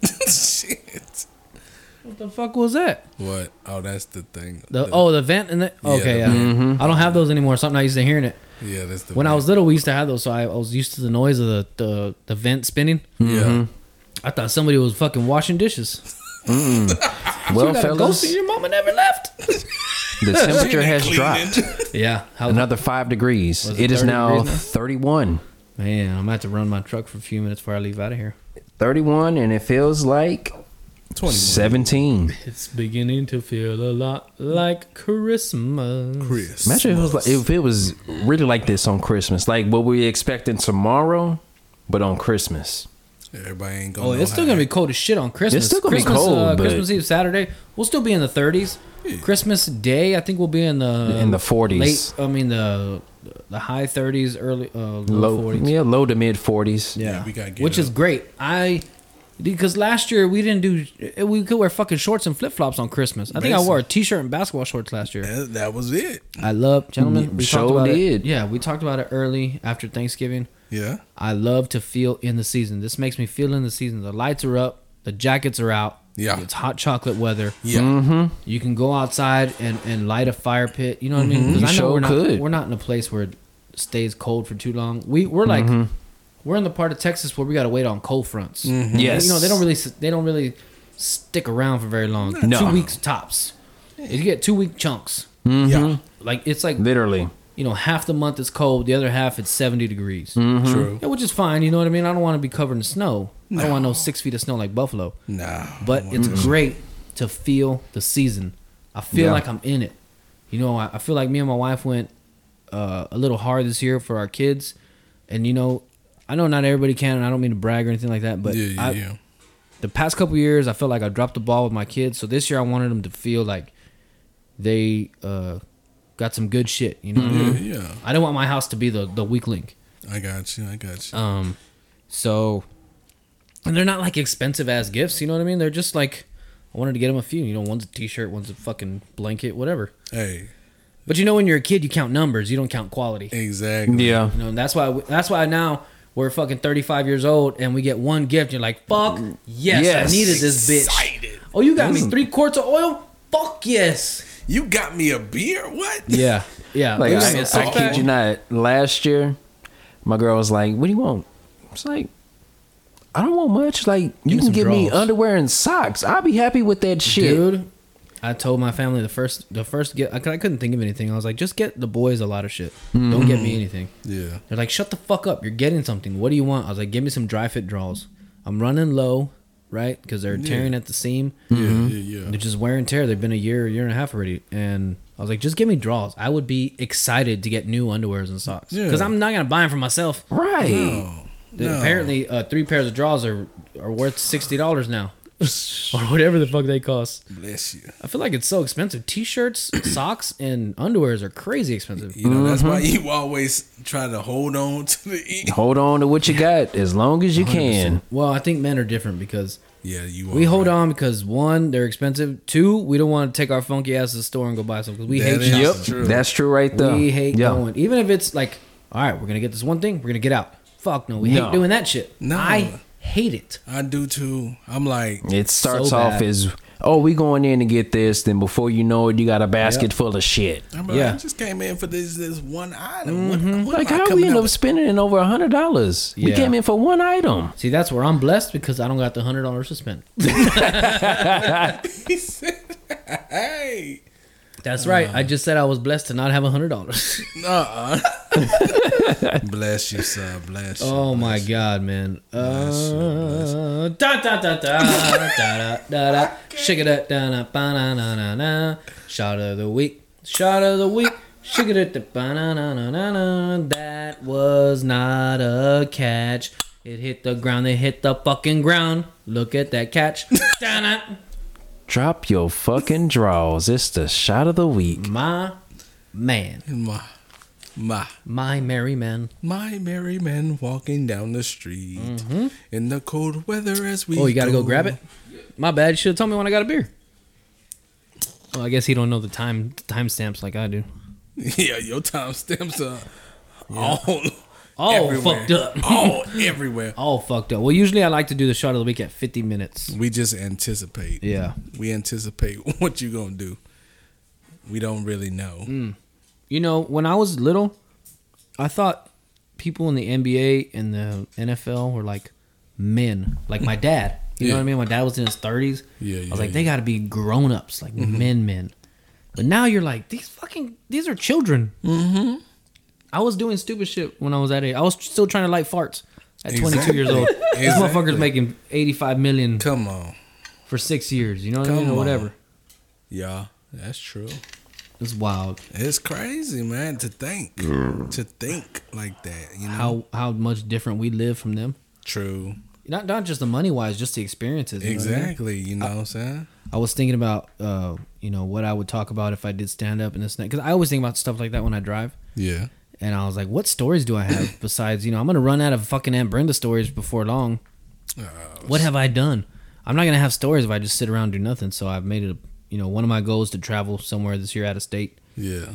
Yeah. shit. what the fuck was that? What? Oh, that's the thing. The, oh, the vent and the. Okay, the yeah. Mm-hmm. I don't have those anymore. Something I used to hearing it. yeah, that's the When I was little, we used to have those, so I, I was used to the noise of the, the, the vent spinning. Yeah. Mm-hmm. I thought somebody was fucking washing dishes. well, You got a ghost and fellas, your mama never left. the temperature has dropped yeah. How, another five degrees. Was it It is 30 now degrees now? thirty-one. Man, I'm gonna have to run my truck for a few minutes before I leave out of here. 31 and it feels like 17 It's beginning to feel a lot like Christmas. Chris. imagine if it was like if it was really like this on christmas like what we expecting tomorrow but on christmas Everybody ain't gonna. Oh, it's still gonna be cold as shit on Christmas. still gonna be Christmas, uh, cold, but- Christmas Eve, Saturday, we'll still be in the 30s. Christmas Day, I think we'll be in the In the 40s. Late, I mean the the high 30s, early uh, low, low 40s. yeah low to mid 40s Yeah, we gotta get which is up. great. I because last year we didn't do eh, we could wear fucking shorts and flip flops on Christmas. I think I Basic. wore a t-shirt and basketball shorts last year. That, that was it. I love gentlemen. Mm, We sure talked about did. It. Yeah, we talked about it early after Thanksgiving. Yeah. I love to feel in the season. This makes me feel in the season. The lights are up, the jackets are out. Yeah. It's hot chocolate weather. Yeah. You can go outside and, and light a fire pit. You know what I mean? 'Cause Mm-hmm. You I know sure we're not could. we're not in a place where stays cold for too long. We we're like Mm-hmm. we're in the part of Texas where we got to wait on cold fronts. Yes. you know they don't really s- they don't really stick around for very long. No. two weeks tops. If you get two week chunks, Yeah, like it's like Literally. you know half the month is cold, the other half it's seventy degrees. Mm-hmm. true. Yeah, which is fine. You know what I mean. I don't want to be covered in snow. I don't want no six feet of snow like Buffalo. Nah, But it's great to feel the season. I feel Yeah. like I'm in it. You know, I, I feel like me and my wife went uh, a little hard this year for our kids, and you know, I know not everybody can, and I don't mean to brag or anything like that, but yeah, yeah, I, yeah. the past couple years I felt like I dropped the ball with my kids. So this year I wanted them to feel like they uh, got some good shit. You know, what I mean? yeah, yeah. I don't want my house to be the the weak link. I got you. I got you. Um, so, and they're not like expensive ass gifts. You know what I mean? They're just like I wanted to get them a few. You know, one's a T-shirt, one's a fucking blanket, whatever. hey, But you know, when you're a kid, you count numbers. You don't count quality. exactly. Yeah. You know, and that's why. That's why now we're fucking 35 years old and we get one gift. You're like, fuck yes, Yes. I needed this bitch. Oh, you got me three quarts of oil. Fuck yes. You got me a beer? What? Yeah, yeah. Like You got me a I, I soft kid pack. you not. Last year, my girl was like, "What do you want?" It's like, "I don't want much. Like you me can some give me draws." underwear and socks. I'll be happy with that shit." Dude, I told my family the first the first get I, I couldn't think of anything. I was like, just get the boys a lot of shit. Hmm. Don't get me anything. Yeah. They're like, shut the fuck up. You're getting something. What do you want? I was like, give me some dry fit draws. I'm running low, right? Because they're tearing at the seam. Yeah, yeah, yeah. They're just wear and tear. They've been a year, year and a half already. And I was like, just give me draws. I would be excited to get new underwears and socks Yeah. because I'm not gonna buy them for myself. Right. Apparently, uh, three pairs of draws are are worth sixty dollars now, or whatever the fuck they cost. Bless you. I feel like it's so expensive. T-shirts, socks, and underwears are crazy expensive. You know, that's why Mm-hmm. you always try to hold on to the E. end. Hold on to what you got as long as you can. Well, I think men are different because Yeah, you we hold on because one, they're expensive. Two, we don't want to take our funky ass to the store and go buy something because we hate That is shopping. Yep. True. That's true right there. We hate Yeah. going, even if it's like, all right, we're gonna get this one thing, we're gonna get out. Fuck no, we No. hate doing that shit. No. I hate it. I do too. I'm like, It starts So off bad. as, "Oh, we going in to get this." Then before you know it, you got a basket full of shit. I'm like, Yeah. Mm-hmm. I just came in for this this one item. What- What, Like am I how we coming end up up spending in over a hundred dollars? We Yeah. came in for one item. See, that's where I'm blessed because I don't got the hundred dollars to spend. with? He said, hey, That's right. I just said I was blessed to not have a hundred dollars. uh Uh-uh. bless you, sir. Bless you. Oh my god, man. Uh, da da da da da da da da. Shake it up, da da ba na na na na. Shot of the week. Shot of the week. Shake it up, da ba na na na na na. That was not a catch. It hit the ground. It hit the fucking ground. Look at that catch. Da na. Drop your fucking draws. It's the shot of the week. My man, My, my, my merry man. my merry men walking down the street in the cold weather as we. Mm-hmm. Oh, you gotta go grab it. My bad. You should have told me when I got a beer. Well, I guess he don't know the time time stamps like I do. yeah, your time stamps are all, All everywhere. fucked up. all everywhere. All fucked up. Well, usually I like to do the shot of the week at 50 minutes. We just anticipate. Yeah. we anticipate what you gonna do. We don't really know. Mm. You know, when I was little, I thought people in the NBA and the NFL were like men, like my dad. You know Yeah. what I mean? My dad was in his 30s. Yeah, I yeah, Mm-hmm. was like, they got to be grown ups, like men, men. But now you're like, these fucking, these are children. Mm-hmm. I was doing stupid shit when I was that age. I was still trying to light farts at 22 years old. Exactly. This motherfucker's making 85 million Come on, for six years. You know what I Come mean? Or on. whatever. yeah, that's true. It's wild. It's crazy, man, to think, to think like that. You know, how how much different we live from them. true. Not not just the money wise, just the experiences. you know what I mean? Exactly. You know what I'm saying? I was thinking about uh, you know what I would talk about if I did stand up and this because I always think about stuff like that when I drive. Yeah. And I was like, what stories do I have besides you know I'm gonna run out of fucking Aunt Brenda stories before long. Uh, what have I done? I'm not gonna have stories if I just sit around and do nothing. So I've made it a you know one of my goals to travel somewhere this year out of state. Yeah.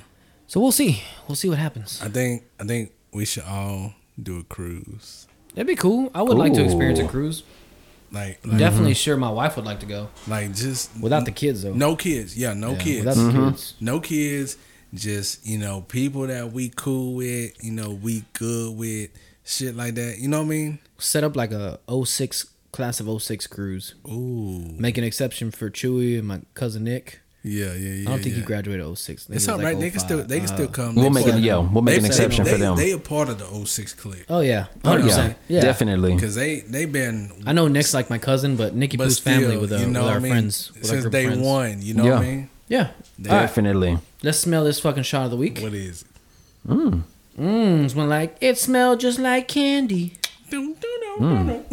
So we'll see. We'll see what happens. I think I think we should all do a cruise. That'd be cool. I would like to experience a Ooh. cruise. Mm-hmm. Like like, Definitely sure my wife would like to go. like just Without the kids though. no kids. Yeah, no Yeah, kids. Without the kids. no kids. just you know people that we cool with, you know we good with, shit like that. You know what I mean? Set up like a 06 class of 06 cruise. Ooh, Make an exception for Chewy and my cousin Nick. yeah, yeah, yeah. I don't think he yeah. graduated 06. It's all right. they can still they can still come. We'll They make it- part of- yeah, we'll make they- an they- exception for they- them. They are part of the 06 clique Oh yeah, Oh, hundred percent. Yeah, definitely. because they they been I know Nick's like my cousin, but Nicky but Pooh's still, family with, uh, you know with what our I mean? friends with our since group of day friends. one. You know Yeah. what I mean? Yeah. All right, Definitely. let's smell this fucking shot of the week. What is it? Mm, it's one like it smelled just like candy. Mm.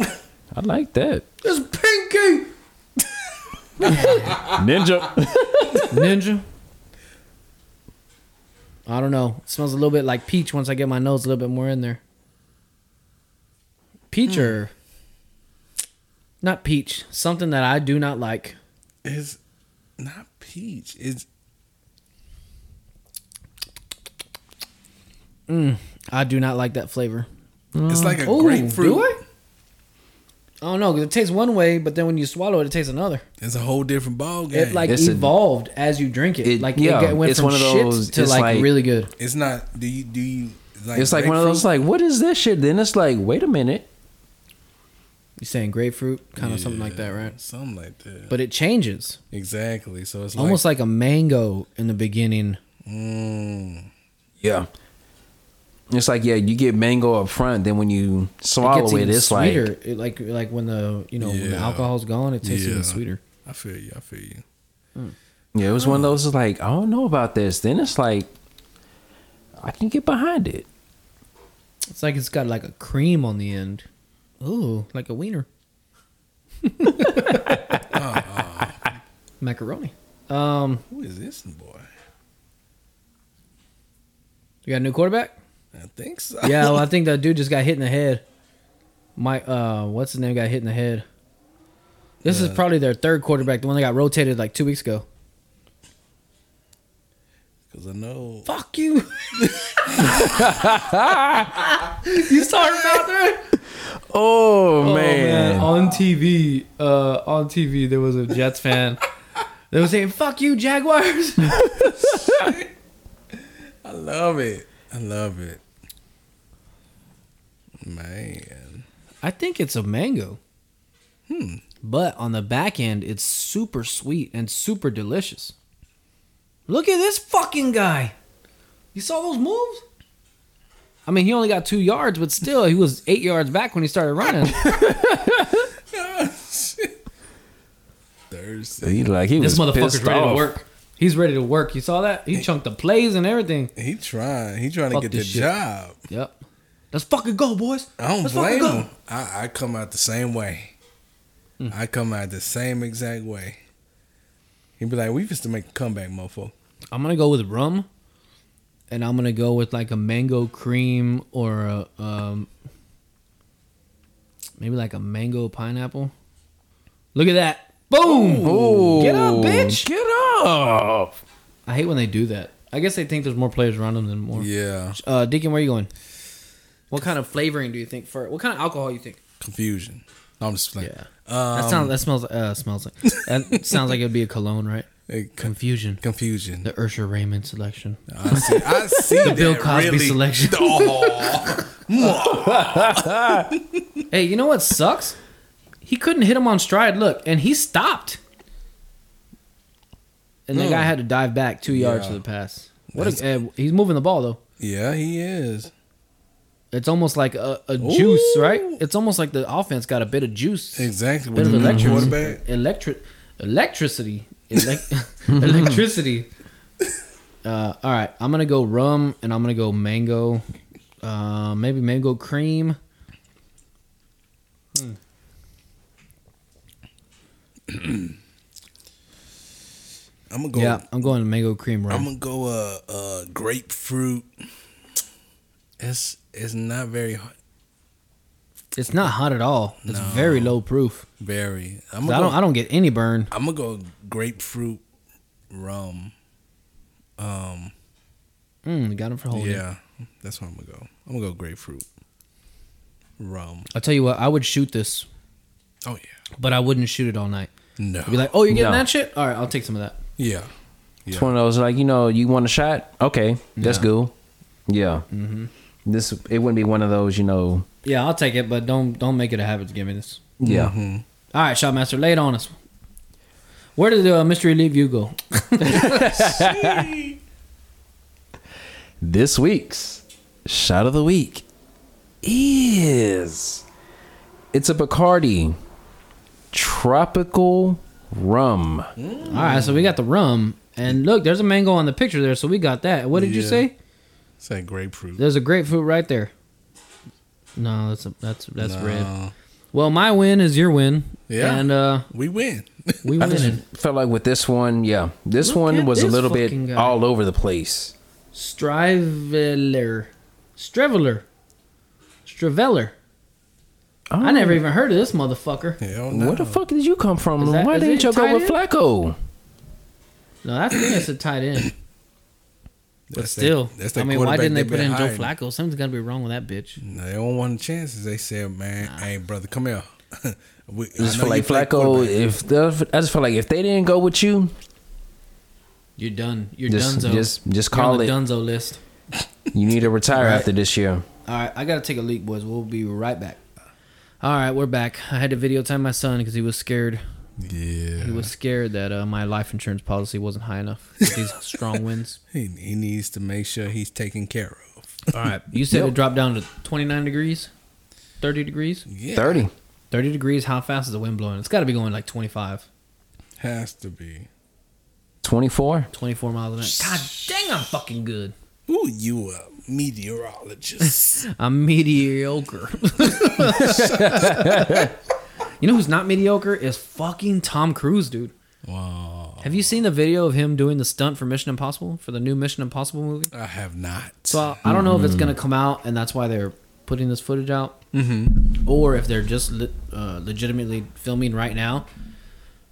I like that. It's pinky Ah, Ninja. ninja. I don't know. It smells a little bit like peach once I get my nose a little bit more in there. Peach or not peach? Something that I do not like. It's not peach. It's I do not like that flavor. Mm. it's like a Ooh, grapefruit. do I? I don't know. 'cause it tastes one way, but then when you swallow it, it tastes another. It's a whole different ball game. It like It's a- evolved as you drink it. It- like yeah, it got- went it's from one of shit those- to it's like, like- really good. it's not. Do you do you like? it's like one of those grapefruit? like, what is this shit? Then it's like, wait a minute. You saying grapefruit, kind of something like that, right? Something like that. But it changes, Exactly. So it's almost like a mango in the beginning. like mm, Yeah. It's like, yeah, you get mango up front, then when you It swallow gets it, even it's sweeter. like It, like like when the you know when the Yeah. alcohol's gone, it tastes Yeah. even sweeter. I feel you. I feel you. Yeah, it was Mm. one of those it's like, I don't know about this. Then it's like I can get behind it. It's like it's got like a cream on the end. Ooh, like a wiener. Macaroni. Um, Who is this boy? you got a new quarterback? I think so. Yeah, well, I think that dude just got hit in the head. Mike, uh, what's his name? Got hit in the head. This is probably their third quarterback, the one that got rotated like two weeks ago. Because I know. Fuck you. you saw her mouth right? Oh, Oh, man. man. On TV, uh, on TV, there was a Jets fan. They were saying, fuck you, Jaguars. I love it. I love it. Man. I think it's a mango. Hmm. But on the back end, it's super sweet and super delicious. Look at this fucking guy. You saw those moves? I mean, he only got two yards, but still, he was eight yards back when he started running. Thursday. He like he this was motherfucker's pissed ready off. to work. He's ready to work. You saw that? He chunked the plays and everything. He trying. He trying to Fuck get the this shit. job. Yep. Let's fucking go, boys. I don't Let's fucking blame go. him. I, I come out the same way. Hmm. I come out the same exact way. He'd be like, "We used to make a comeback, mofo." I'm gonna go with rum, and I'm gonna go with like a mango cream or a, um, maybe like a mango pineapple. Look at that! Boom! Get up, bitch! Get up. I hate when they do that. I guess they think there's more players around them than more. Yeah, Uh, Deacon, where you going? What kind of flavoring do you think for? What kind of alcohol you think? confusion. No, I'm just playing. Yeah. Um, That sounds. That smells. Uh, smells like. That sounds like it'd be a cologne, right? eh, con- Confusion. confusion. The Ursher Raymond selection. I see. I see the Bill Cosby really. selection. Oh, Hey, you know what sucks? He couldn't hit him on stride. Look, and he stopped. And the Hmm. guy had to dive back two yards Yeah. to the pass. What a, eh, he's moving the ball though. yeah, he is. It's almost like a, a juice, Ooh. right? It's almost like the offense got a bit of juice, Exactly. bit With of the new electric, quarterback. electric, electricity, elec electricity. Uh, all right, I'm gonna go rum, and I'm gonna go mango, uh, maybe mango cream. I'm gonna go. Yeah, I'm going to mango cream rum. I'm gonna go. Uh, uh, grapefruit. It's it's not very hot. It's not hot at all. It's very low proof. Very. I'm 'Cause gonna I go- don't. I don't get any burn. I'm gonna go grapefruit rum. Um, Mm, got him for holding. yeah, that's where I'm gonna go. I'm gonna go grapefruit rum. I'll tell you what. I would shoot this, Oh yeah, but I wouldn't shoot it all night. no, I'd be like, "Oh, you're getting No. that shit? All right, I'll take some of that." yeah, It's one of those like you know you want a shot. Okay, that's Yeah. Mm-hmm. cool. Yeah. This it wouldn't be one of those you know. Yeah, I'll take it, but don't don't make it a habit to give me this. Yeah. All right, Shotmaster, lay it on us. Where did the uh, mystery leave you go? This week's shot of the week is it's a Bacardi tropical rum. All right, so we got the rum, and look, there's a mango on the picture there, so we got that. What did you Yeah. say? It's like grapefruit. There's a grapefruit right there. No, that's a, that's that's red. No. Well, my win is your win. Yeah. and uh, Uh, We win. we I just win. felt like with this one, yeah, this Look one at was a this little bit fucking guy. all over the place. Striveler, Streveler, Straveller. I never even heard of this motherfucker. Hell no. Oh, Where the fuck did you come from? Is that- Why is didn't it you go tied with in? Flacco? No, that's that's a tight end. But That's that- still, that's that I mean, why quarterback didn't they they've put been in hiring. Joe Flacco? Something's got to be wrong with that bitch. No, they don't want the chances. They said, man, hey, brother, come here. we, I Just know feel you like play Flacco. quarterback. If the, I just feel like if they didn't go with you, You're done. You're Just- Dunzo. just- just You're call on the it. Dunzo list. you need to retire Right. after this year. All right, I gotta take a leak, boys. We'll be right back. All right, we're back. I had to videotape my son because he was scared. yeah, He was scared that uh, my life insurance policy wasn't high enough. with These strong winds. he, he needs to make sure he's taken care of. All right, you said Yep. it dropped down to 29 degrees, 30 degrees, Yeah, Thirty. 30 degrees. How fast is the wind blowing? It's got to be going like 25, has to be. 24 24 miles an hour. God dang, I'm fucking good. Ooh, you a meteorologist? I'm mediocre. you know who's not mediocre is fucking Tom Cruise, dude. wow, Have you seen the video of him doing the stunt for Mission Impossible for the new Mission Impossible movie? I have not. So I- I don't know if it's gonna come out, and that's why they're putting this footage out, mm-hmm. or if they're just le- uh, legitimately filming right now.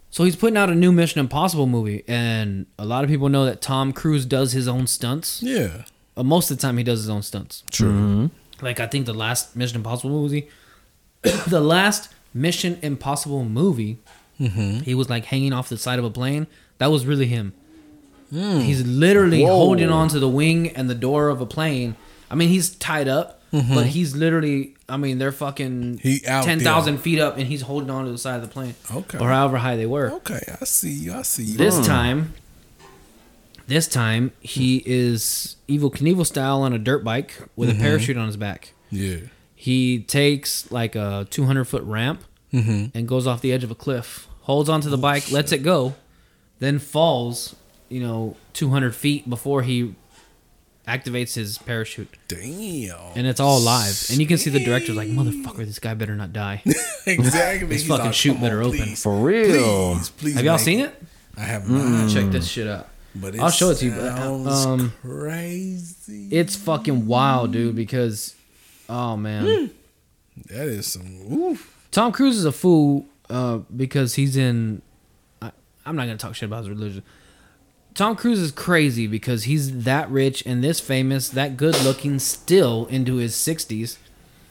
So he's putting out a new Mission Impossible movie, and a lot of people know that Tom Cruise does his own stunts. yeah, Uh, most of the time, he does his own stunts. true. Like I think the last Mission Impossible movie, the last Mission Impossible movie, Mm-hmm. he was like hanging off the side of a plane. That was really him. Mm. He's literally Whoa. holding on to the wing and the door of a plane. I mean, he's tied up, but he's literally. I mean, they're fucking Mm-hmm. He out ten thousand feet up, and he's holding on to the side of the plane, Okay. or however high they were. Okay, Hmm. I see you. I see Oh, you. Mm-hmm. This time, this time he is evil Knievel style on a dirt bike with Mm-hmm. a parachute on his back yeah, he takes like a 200 foot ramp Mm-hmm. and goes off the edge of a cliff holds onto Oh, the bike lets it go then falls you know 200 feet before he activates his parachute damn. and it's all live and you can see the director's like motherfucker this guy better not die exactly. This He's fucking like, chute "Come better open." please, For real. Please, please have y'all make seen it I have not. check this shit out hmm. But I'll show it to you, but, sounds um, crazy. it's fucking wild dude because oh man Hmm. that is some. Oof. Tom Cruise is a fool uh, because he's in. I, I'm not gonna talk shit about his religion. Tom Cruise is crazy because he's that rich and this famous, that good looking, still into his 60s,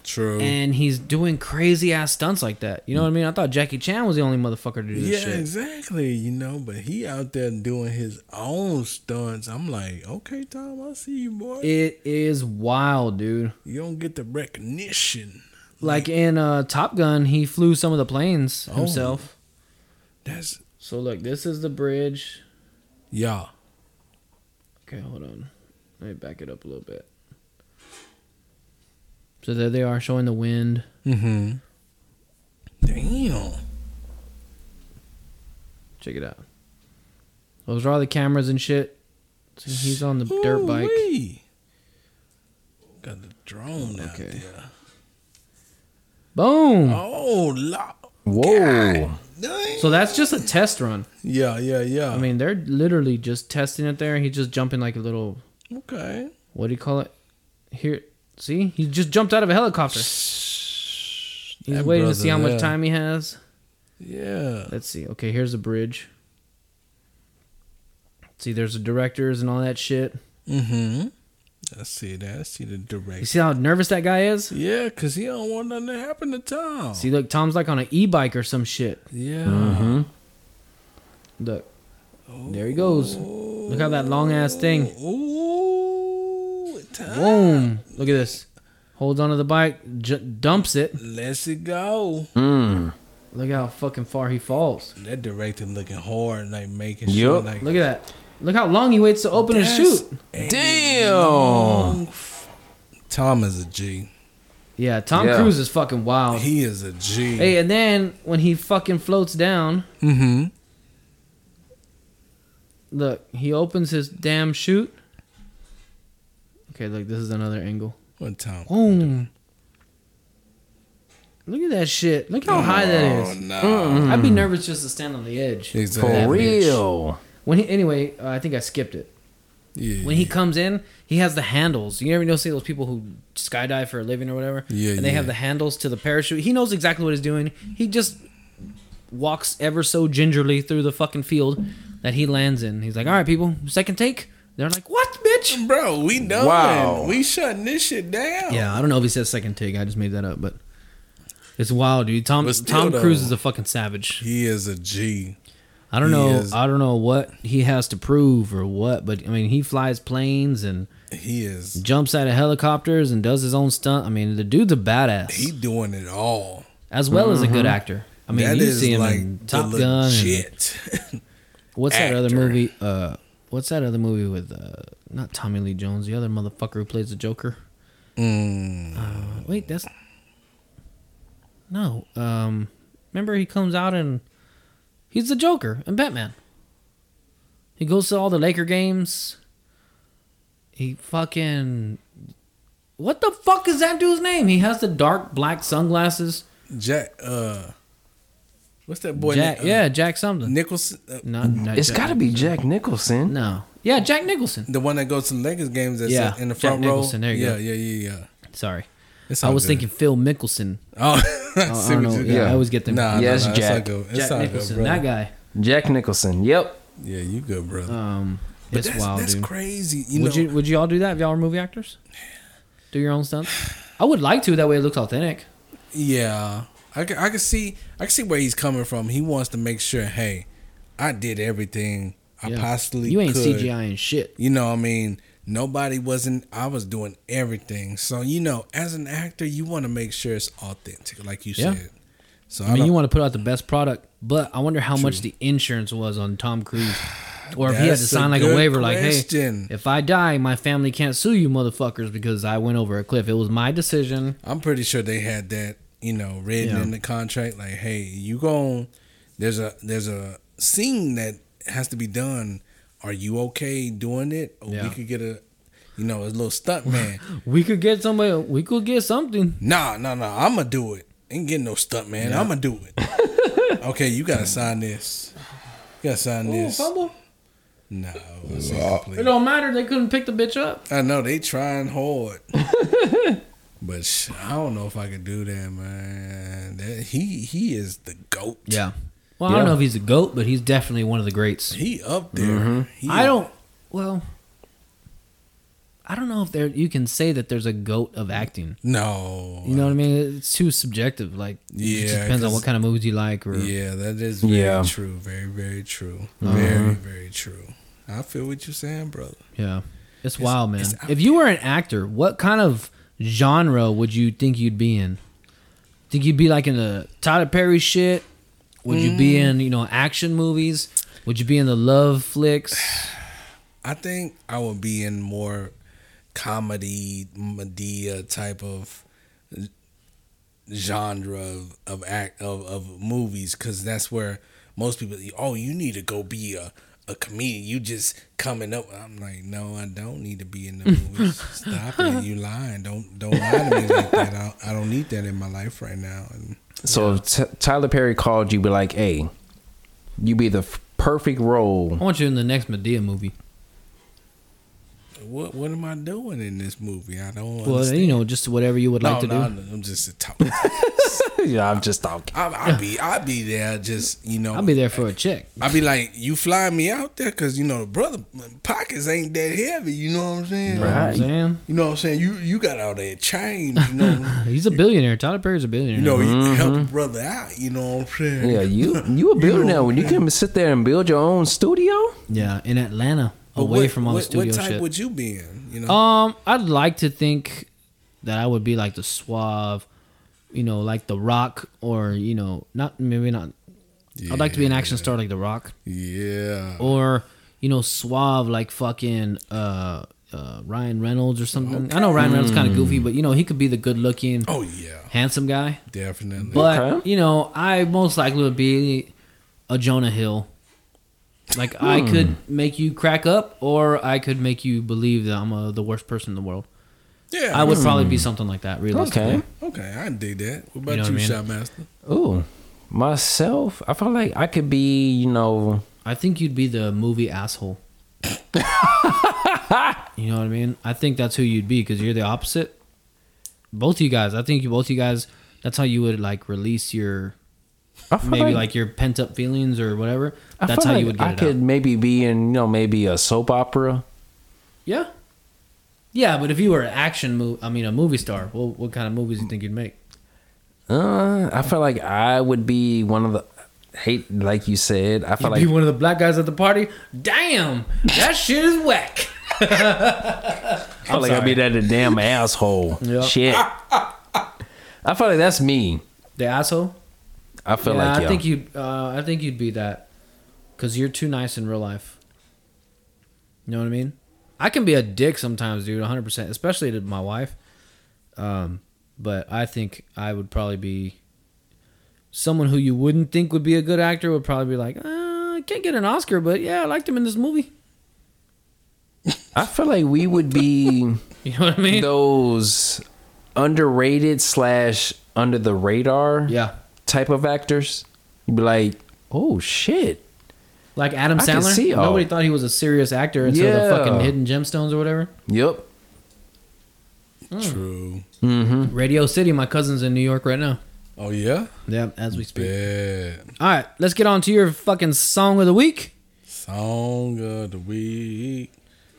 True. and he's doing crazy ass stunts like that. You know what I mean? I thought Jackie Chan was the only motherfucker to do this yeah, shit. exactly. You know, but he out there doing his own stunts. I'm like, okay, Tom, I see you, boy. It is wild, dude. you don't get the recognition. Like in uh, Top Gun, he flew some of the planes himself. That's So look, this is the bridge. y'all. Okay, hold on. Let me back it up a little bit. So there they are showing the wind. Mm-hmm. Damn. Check it out. Those are all the cameras and shit. So he's on the dirt bike. Ooh-wee. Got the drone out Okay. there. Boom. Oh, la. whoa Dang. So that's just a test run. yeah, yeah, yeah. I mean, they're literally just testing it there. He's just jumping like a little. okay. What do you call it? Here, see, he just jumped out of a helicopter. He's That waiting to see how brother much there. time he has. Yeah. Let's see. Okay, here's the bridge. See, there's the directors and all that shit. Mm-hmm. I see that. I see the You direction. see how nervous that guy is? Yeah, because he don't want nothing to happen to Tom. See, Mm-hmm. look, Tom's like on an e bike or some shit. yeah. Look, there he goes. Look how that long ass thing. Ooh, time. Boom. Look at this. Holds onto the bike, j- dumps it. Let's it go. Mm. Look how fucking far he falls. That director looking hard, like making Yup. sure like Look at that. Look how long he waits to open his That's- shoot. Damn. Tom is a G. Yeah, Tom Yeah. Cruise is fucking wild. He is a G. Hey, and then when he fucking floats down, Mm-hmm. look, he opens his damn chute. Okay, look, this is another angle. What Tom? Boom. Look at that shit. Look how high that Oh is. no. I'd be nervous just to stand on the edge. Exactly. For That bitch. real. When he, anyway, uh, I think I skipped it. Yeah. When he comes in, he has the handles. You ever know see those people who skydive for a living or whatever? Yeah, And they have yeah. the handles to the parachute. He knows exactly what he's doing. He just walks ever so gingerly through the fucking field that he lands in. He's like, "All right, people, second take." They're like, "What, bitch?" Bro, we done. Wow. We shutting this shit down. Yeah, I don't know if he said second take. I just made that up, but it's wild, dude. Tom But still, Tom Cruise though. is a fucking savage. He is a G. I don't He know. is. I don't know what he has to prove or what, but I mean, he flies planes and He is. jumps out of helicopters and does his own stunt. I mean, the dude's a badass He doing it all. as well as a good actor. I mean, That you is see him like in Top Top the Gun. and- legit. what's that other actor. movie? Uh, what's that other movie with uh, not Tommy Lee Jones, the other motherfucker who plays the Joker? Mm. Uh, wait, that's no. Um, remember he comes out and he's the Joker and Batman. He goes to all the Laker games. He fucking. What the fuck is that dude's name? He has the dark black sunglasses. Jack. Uh, what's that boy? Jack, na- uh, yeah, Jack something. Nicholson. Uh, No, not It's Jack. got to be Jack Nicholson. No. Yeah, Jack Nicholson. the one that goes to the Lakers games. That's Yeah, in the Jack front row. Nicholson, there you yeah, go. yeah, yeah, yeah. Sorry. It's I all was good. thinking Phil Mickelson. Oh, I I see don't what know. you did. Yeah, I Yeah. always get them. Nah, nah, Yes, nah, it's all Jack. good. It's Jack all good, Nicholson, brother. that guy. Jack Nicholson. Yep. Yeah, you good, brother. Um, But it's that's, wild, that's dude. crazy. You would know, you would you all do that if y'all were movie actors? Do your own stunts? I would like to. That way it looks authentic. yeah, I can, I can see I can see where he's coming from. He wants to make sure, hey, I did everything I Yeah. possibly. You ain't could. CGI and shit. You know, what I mean, nobody wasn't. I was doing everything. So you know, as an actor, you want to make sure it's authentic, like you Yeah. said. So I, I mean, don't, you want to put out the best product, but I wonder how much the insurance was on Tom Cruise, or if he had to That's a sign like a good waiver, question. like, "Hey, if I die, my family can't sue you, motherfuckers, because I went over a cliff. It was my decision." I'm pretty sure they had that, you know, written Yeah. in the contract. Like, hey, you gon' there's a there's a scene that has to be done. Are you okay doing it? Or Yeah. we could get a, you know, a little stunt man. We could get somebody. We could get something. nah, nah, nah. I'm gonna do it. Ain't getting no stunt man. I'm gonna do it. okay, you gotta sign this. You gotta sign Ooh, this. fumble. No, it's incomplete. It don't matter. They couldn't pick the bitch up. I know they trying hard, but sh- I don't know if I could do that, man. That, he he is the goat. Well, I don't Yeah. know if he's a goat, but he's definitely one of the greats. he up there. He I up- don't. Well, I don't know if there. You can say that there's a goat of acting. No, You know what I mean? It's too subjective. Like, it just Yeah, depends on 'cause- what Mm-hmm. kind of movies you like. Or yeah, that is very Yeah. true. Very very true. Very very true. I feel what you're saying, brother. Yeah. It's, wild, man. it's out if you were an actor, what kind of genre would you think you'd be in? Think you'd be like in the Tyler Perry shit? Would you be Mm. in, you know, action movies? Would you be in the love flicks? I think I would be in more comedy, media type of genre of, of act of, of movies because that's where most people oh you need to go be a a comedian you just coming up I'm like no I don't need to be in the movies stop it you lying don't don't lie to me like that I, I don't need that in my life right now and So if T- Tyler Perry called you, be like, hey, you be the f- perfect role. I want you in the next Medea movie. what what am I doing in this movie I don't Well, understand. you know, just whatever you would no, like to no, do. I'm just a top yeah, I'm just talking. I, I'll be I'll be there just you know I'll be there for a check. I'll be like you fly me out there because you know the brother pockets ain't that heavy you know what I'm saying You know what I'm Right. saying? you know what I'm saying you you got all that change you know He's a billionaire. Tyler Perry's a billionaire. you know you help Mm-hmm. the brother out you know what I'm saying Yeah, you you a builder now. When you can sit there and build your own studio, yeah, in Atlanta. away what- from all what, the studio What type shit. would you be in? You know, Um, I'd like to think that I would be like the suave, you know, like the Rock, or you know, not maybe not. I'd like to be an action star like the Rock, yeah. or you know, suave like fucking uh, uh Ryan Reynolds or something. I know Ryan Reynolds kind of goofy, but you know, he could be the good looking, Mm. Oh yeah, handsome guy. definitely. But Okay. you know, I most likely would be a Jonah Hill. Like Hmm. I could make you crack up, or I could make you believe that I'm uh the worst person in the world. yeah, I would probably be something like that. Realistically, Hmm. Okay. Okay, I dig that. What about you, know what I mean? Shotmaster? Ooh, myself. I feel like I could be, you know, I think you'd be the movie asshole. you know what I mean? I think that's who you'd be because you're the opposite. Both of you guys, I think you both you guys. That's how you would like release your I feel maybe like, your pent up feelings or whatever. I That's feel how like you would get I it could out. maybe be in, you know, maybe a soap opera. Yeah. Yeah, but if you were an action movie, I mean a movie star, well, what kind of movies do you think you'd make? Uh, I feel like I would be one of the hate, like you said. I You'd feel be like one of the black guys at the party. Damn, that shit is whack. I feel like I'd be that damn asshole. Yeah. Shit. I feel like that's me. The asshole. I feel yeah, like I yeah. think you. Uh, I think you'd be that, cause you're too nice in real life. You know what I mean? I can be a dick sometimes, dude. 100, percent especially to my wife. Um, but I think I would probably be someone who you wouldn't think would be a good actor would probably be like, uh, I can't get an Oscar, but yeah, I liked him in this movie. I feel like we would be You know what I mean? those underrated slash under the radar Yeah, type of actors. You'd be like, oh shit. like Adam I can Sandler. see all- Nobody thought he was a serious actor until Yeah. the fucking Hidden Gemstones or whatever. Yep. Mm. True. Mm. Radio City. My cousin's in New York right now. Oh yeah, Yeah, as we speak. bad All right, let's get on to your fucking song of the week. song of the week.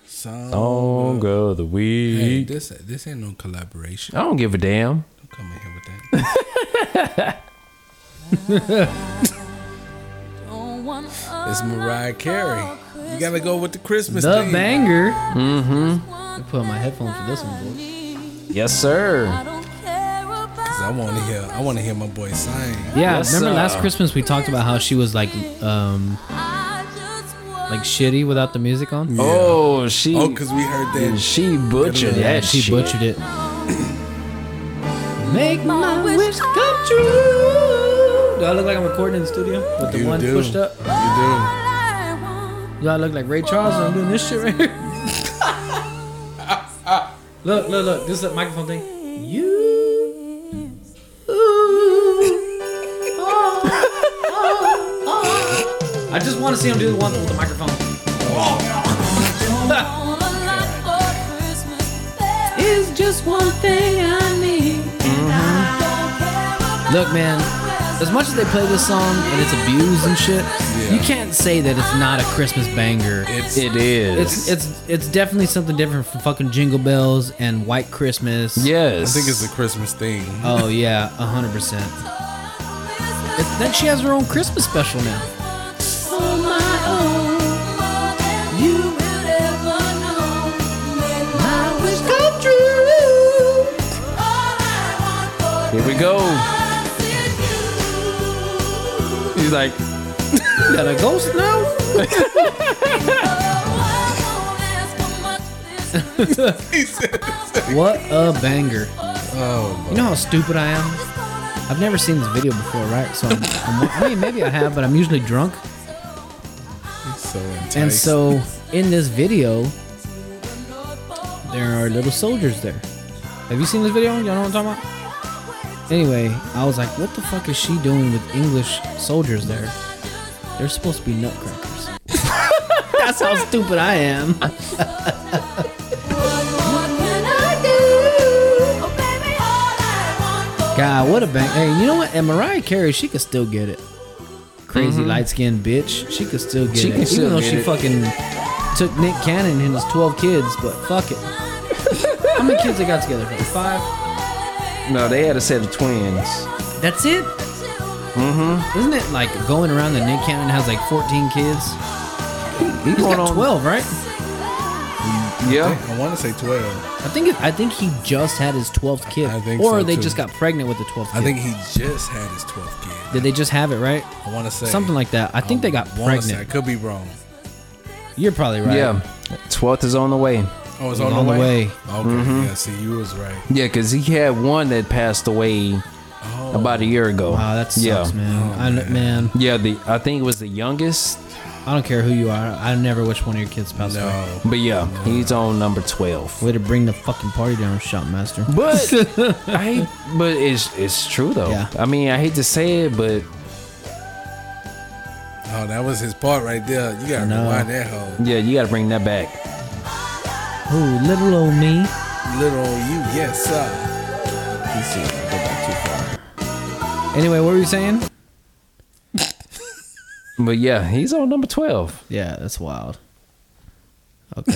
Song. Song of the Hey, week. this this ain't no collaboration. I don't give a damn. Don't come in here with that. It's Mariah Carey. You gotta go with the Christmas The theme. banger. Put on my headphones for this one, boys. Yes, sir. I want to hear. I want to hear my boy sing. Yeah, Yes, remember last sir. Christmas we talked about how she was like, um, like shitty without the music on. Oh, she. Oh, cause we heard that. she butchered yeah, that she shit. butchered it. Make my wish come true. Do I look like I'm recording in the studio with the You one do. pushed up? You Do I look like Ray Charles and I'm doing this shit right here? look, look, look. This is a microphone thing. You. I just want to see him do the one with the microphone. It's just one thing I need. Mm-hmm. Look, man. As much as they play this song and it's abused and shit, you can't say that it's not a Christmas banger. It is. It's it's it's definitely something different from fucking Jingle Bells and White Christmas. do. I yes. think it's a Christmas theme. Oh yeah, a hundred percent. It- Then she has her own Christmas special now. Here we go. He's like, Got a ghost now? What a banger! Oh, You know how stupid I am. I've never seen this video before, right? So I'm, I'm, I mean, maybe I have, but I'm usually drunk. so enticed. And so in this video, there are little soldiers there. Have you seen this video? Y'all know what I'm talking about? Anyway, I was like, what the fuck is she doing with English soldiers there? They're supposed to be nutcrackers. That's how stupid I am. God, what a bang. Hey, you know what? And Mariah Carey, she could still get it. Crazy light skinned bitch. She could still get Mm-hmm. She it. can Even still though get she it. fucking took Nick Cannon and his 12 kids, but fuck it. How many kids they got together? Like five? no, they had a set of twins. That's it? Mm-hmm. Isn't it like going around that Nick Cannon has like 14 kids? He He's going got on 12, right? Yeah. I want to say 12. I think it, I think he just had his twelfth kid, I think or so, they too. just got pregnant with the twelfth. I think he just had his 12th kid. did they just have it right? I want to say Something like that. I think they got um, wanna say- pregnant. I could be wrong. You're probably right. Yeah. 12th is on the way. Oh, it's It was on, the way. Okay, Mm-hmm. yeah. See, you was right. Yeah, because he had one that passed away Oh. about a year ago. Wow, that sucks, yeah. man. I kn- man, Yeah, the I think it was the youngest, I don't care who you are. I never wish one of your kids passed away. No, but yeah, he's on number twelve. Way to bring the fucking party down, Shopmaster. But I hate, but it's it's true though. Yeah. I mean, I hate to say it, but oh, that was his part right there. You gotta No. rewind that whole yeah, you got to bring that back. Ooh, little old me. little on you. Yes, sir. Anyway, what were you saying? But yeah, he's on number twelve. Yeah, that's wild. Okay.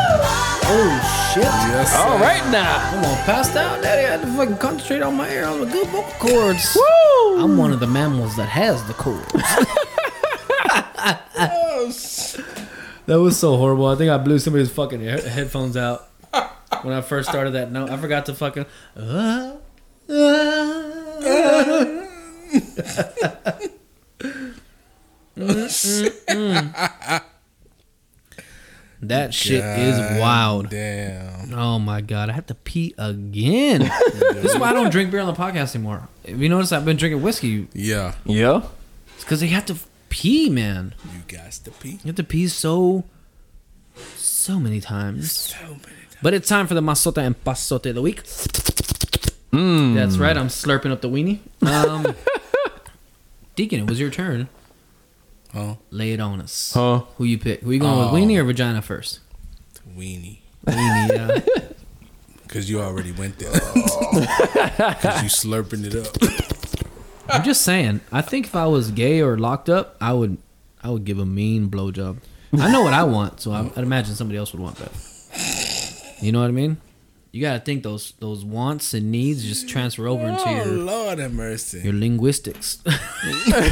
oh shit! Yes, sir. All right now, I'm all passed out, Daddy. I had to fucking concentrate on my air on the good vocal cords. I'm one of the mammals that has the cords. that was so horrible. I think I blew somebody's fucking he- headphones out when I first started that note. I forgot to fucking. Uh, uh. That shit is wild. Damn. Oh my god, I have to pee again. this is why I don't drink beer on the podcast anymore. If you notice, I've been drinking whiskey. Yeah. yeah, It's because they have to pee, man. You got to pee. You have to pee so, so many times. So many times. But it's time for the masota and pasote of the week. That's right, I'm slurping up the weenie. Um, Deacon, it was your turn. Oh, Lay it on us. huh? Who you pick? Who you going Oh. with, weenie or vagina first? weenie. Weenie, yeah. Because you already went there. Because you slurping it up. I'm just saying. I think if I was gay or locked up, I would, I would give a mean blowjob. I know what I want, so I, I'd imagine somebody else would want that. You know what I mean? You gotta think those those wants and needs just transfer over into Oh, your Lord have mercy. your linguistics.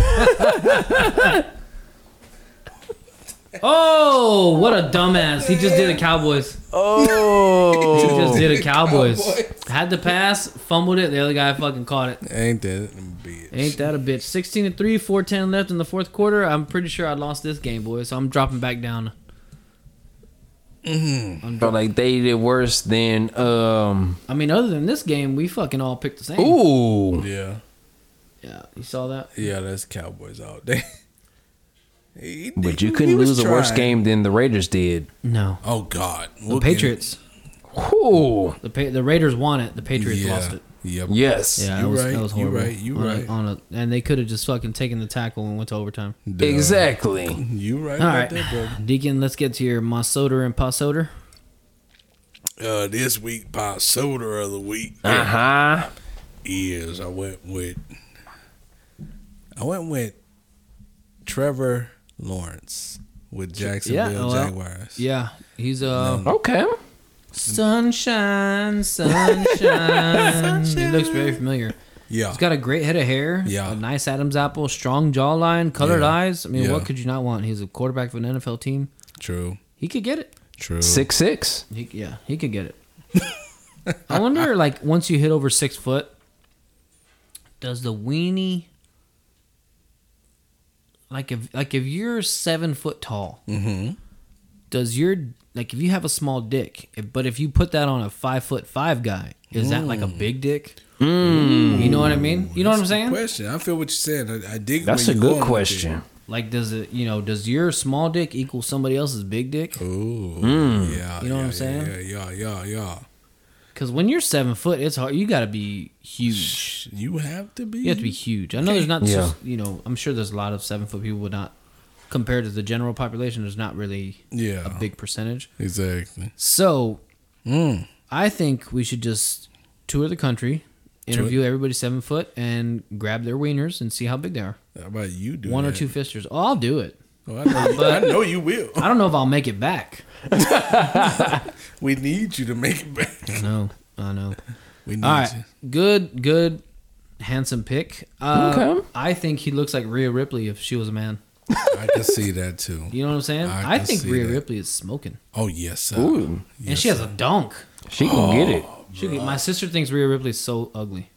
oh, what a dumbass! He just did a Cowboys. He Oh, just did a Cowboys. Had the pass, fumbled it. The other guy fucking caught it. Ain't that a bitch? Ain't that a bitch? 16 to 3, 410 left in the fourth quarter. I'm pretty sure I lost this game, boys. So I'm dropping back down. But like they did worse than um. I mean, other than this game, we fucking all picked the same. Ooh, Yeah. Yeah, you saw that? Yeah, that's Cowboys all day. He- but he you couldn't was lose a worse trying. game than the Raiders did. No. Oh, God. The Patriots. Ooh, The pa- the Raiders won it. The Patriots lost it. Yep. yes, Yeah, that You was, right, that was you horrible. right, you on a- right. on a, and they could have just fucking taken the tackle and went to overtime. Duh. exactly. You right All about right, that, brother. Deacon, let's get to your Masoder and Pasoder. Uh, this week, pop soda of the week Uh huh. is I went with I went with Trevor Lawrence with Jacksonville well, Jaguars. Yeah, he's uh, Okay. sunshine, sunshine. He looks very familiar. yeah. He's got a great head of hair, Yeah. a nice Adam's apple, strong jawline, colored Yeah. eyes. I mean, Yeah. what could you not want? He's a quarterback of an NFL team. True. He could get it. True. Six six. He, yeah, he could get it. I wonder, like, once you hit over six foot, does the weenie, like, if like if you're seven foot tall, Mm-hmm. does your like if you have a small dick, if, but if you put that on a five foot five guy, is that like a Mm. big dick? You know what I mean? You know what I'm saying? Question. I feel what you're saying. I, I dig. That's where a you're good going with question. Like, does it, you know, does your small dick equal somebody else's big dick? it. Ooh. Yeah. Mm. You know what yeah, I'm saying? Yeah. Yeah. Yeah. Yeah. Because when you're seven foot, it's hard. You got to be huge. You have to be. You have to be huge. I know there's not, Yeah. just, you know, I'm sure there's a lot of seven foot people, would not compared to the general population, there's not really Yeah. a big percentage. Exactly. So Mm. I think we should just tour the country, interview everybody seven foot, and grab their wieners and see how big they are. How about you do One or that? two fisters. Oh, I'll do it. Oh, I, know you, I know you will. I don't know if I'll make it back. We need you to make it back. I know. I know. We need All right. you. Good, good, handsome pick. Uh, Okay. I think he looks like Rhea Ripley if she was a man. I can see that too. You know what I'm saying? I I, can think see Rhea that. Ripley is smoking. Oh yes, sir. Ooh. Yes, and she has a donk. She can get it. She, my sister thinks Rhea Ripley's so ugly.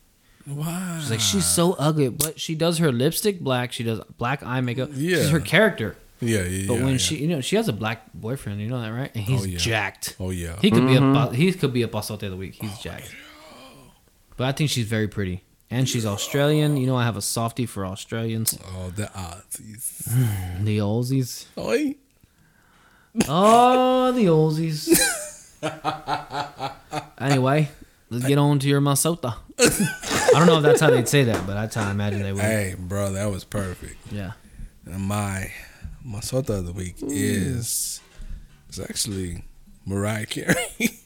Wow. She's like, she's so ugly, but she does her lipstick black. She does black eye makeup. Yeah. She's her character. yeah, yeah, But yeah, when yeah. she, you know, she has a black boyfriend. You know that, right? And he's Oh, yeah. jacked. Oh yeah. Oh, He could be a bo- he could be a pasote of the week. He's jacked. But I think she's very pretty, and she's Australian. You know, I have a softie for Australians. Oh the odds. Mm-hmm. The Aussies. Oi. Oh, the Aussies. anyway, let's get on to your masota. I don't know if that's how they'd say that, but that's how I imagine they would. Hey, bro, that was perfect. Yeah. And my my sota of the week Mm. is it's actually Mariah Carey.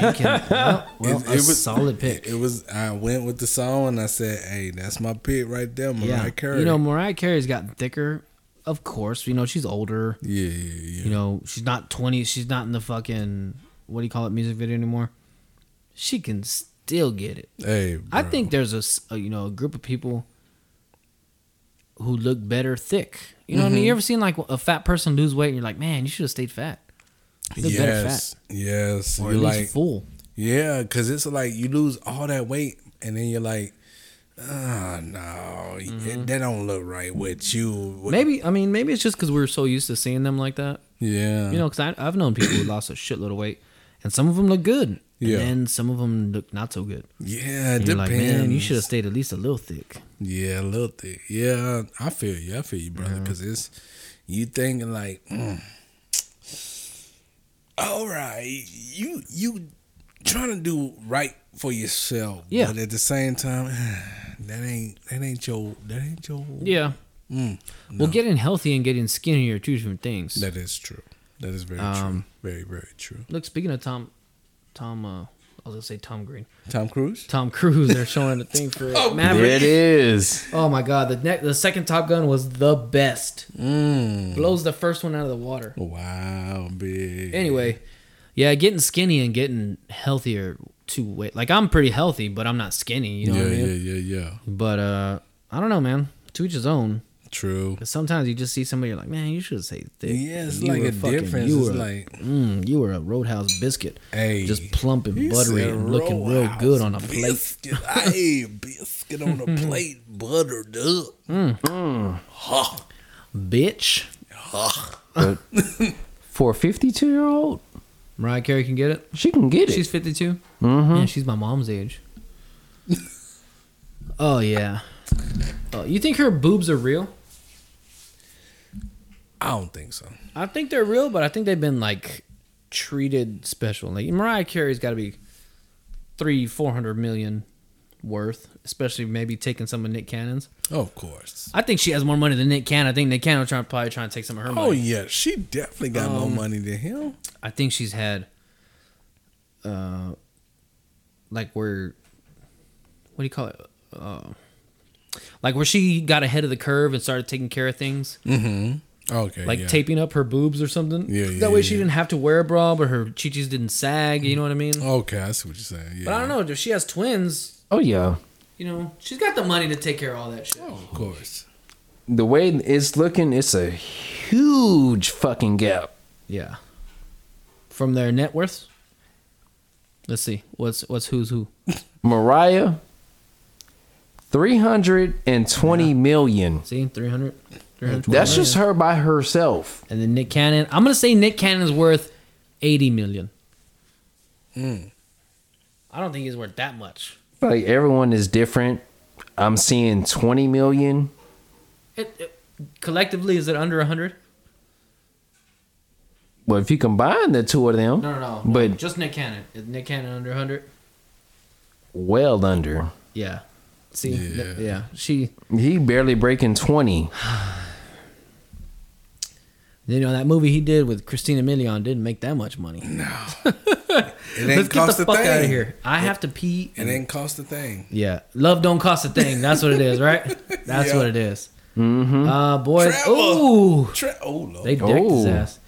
You can- well, well, It- a it was- solid pick. it was I went with the song and I said, "Hey, that's my pick right there, Mariah yeah. Carey." You know, Mariah Carey's gotten thicker. Of course, you know she's older. yeah, yeah, You know, she's not 20. She's not in the fucking, what do you call it, music video anymore. She can still get it. yeah. Hey, I bro. think there's a, s- a, you know, a group of people who look better thick. You know what I mean? Mm-hmm. You ever seen like a fat person lose weight and you're like, man, you should have stayed fat. Look better fat. yes, yes, Or you're at least like full. Yeah, cause it's like you lose all that weight, and then you're like, oh, no, Mm-hmm. it- that don't look right with you. With- Maybe, I mean, maybe it's just because we're so used to seeing them like that. yeah, You know, because I've known people who lost a shitload of weight and some of them look good. Yeah. And then some of them look not so good. yeah, it And you're depends. like, man, you should have stayed at least a little thick. Yeah, a little thick. Yeah, I feel you. I feel you, brother. Cause it's you thinking like, mm, all right, you you trying to do right for yourself. Yeah. but at the same time, that ain't that ain't your that ain't your. Yeah. Mm. Well, getting healthy and getting skinny are two different things. Mm, That is true. That is very Um, true. Very very true. Look, speaking of Tom, Tom, uh, I was gonna say Tom Green, Tom Cruise. Tom Cruise. They're showing a thing for Oh, There Maverick. it is. Oh my God, the ne- the second Top Gun was the best. Mm. Blows the first one out of the water. Wow, big. Anyway, yeah, getting skinny and getting healthier to weight. Like I'm pretty healthy, but I'm not skinny. You know yeah, what I mean? yeah, yeah, yeah. But uh, I don't know, man. To each his own. True. 'Cause sometimes you just see somebody, you're like, man, you should say thick. Yeah, it's You like were a fucking- difference. You It's were, like- mm, you were a roadhouse biscuit. Hey, just plump and You buttery said and looking roll real house good on a plate. biscuit. hey, biscuit on a plate, buttered up. Bitch, For a 52 year old, Mariah Carey can get it. she can get it. She's 52. Yeah, she's my mom's age. oh yeah. Oh, you think her boobs are real? I don't think so. I think they're real, but I think they've been like treated special. Like Mariah Carey's got to be three, four hundred million worth, especially maybe taking some of Nick Cannon's. Of course. I think she has more money than Nick Cannon. I think Nick Cannon trying probably trying to take some of her money. Oh yeah, she definitely got more money than him. I think she's had, uh, like where, what do you call it? Uh, like where she got ahead of the curve and started taking care of things, Okay, like yeah. taping up her boobs or something. Yeah, yeah, that way she yeah. didn't have to wear a bra, but her chichis didn't sag. You know what I mean? Okay, I see what you're saying. Oh, Yeah, But I don't know if she has twins. oh, yeah. You know, she's got the money to take care of all that shit. Of course. The way it's looking, it's a huge fucking gap. Yeah. From their net worths. Let's see what's what's who's who. Mariah, three hundred and twenty million. See 300 That's just her by herself. And then Nick Cannon. I'm gonna say Nick Cannon's worth eighty million. Hmm. I don't think he's worth that much. Like everyone is different. I'm seeing 20 million. It, it- collectively, is it under hundred? Well, if you combine the two of them, No, no, no. But- no, just Nick Cannon. Is Nick Cannon under hundred? well under. Yeah. See, yeah. yeah, she. He barely breaking 20. You know that movie he did with Christina Milian didn't make that much money. It ain't Let's get cost the a fuck thing. out of here. I have to pee. It ain't cost a thing. Yeah, love don't cost a thing. That's what it is, right? That's Yeah. what it is. Uh, boys. Trevor! Ooh. Tra- oh lord, They decked his Ooh. ass.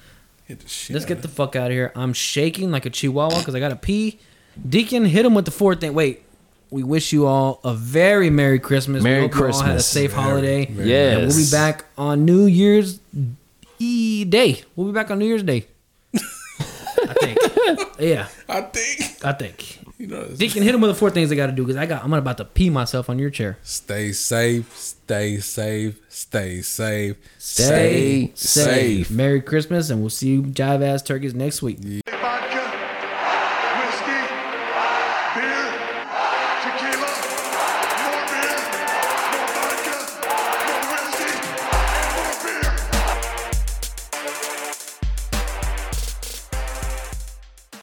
hit the shit. Let's out get of the fuck out of here. I'm shaking like a chihuahua because I got to pee. Deacon, hit him with the fourth thing. Wait, we wish you all a very Merry Christmas. We Merry hope you all had a Christmas. safe holiday. Merry Yes. And we'll be back on New Year's E Day. We'll be back on New Year's Day. I think. Yeah, it. I think I think. you know. it's- Deacon, hit him with the four things I got to do because I got. I'm about to pee myself on your chair. Stay safe. Stay safe. Stay safe. Stay safe. Merry Christmas, and we'll see you jive ass turkeys next week.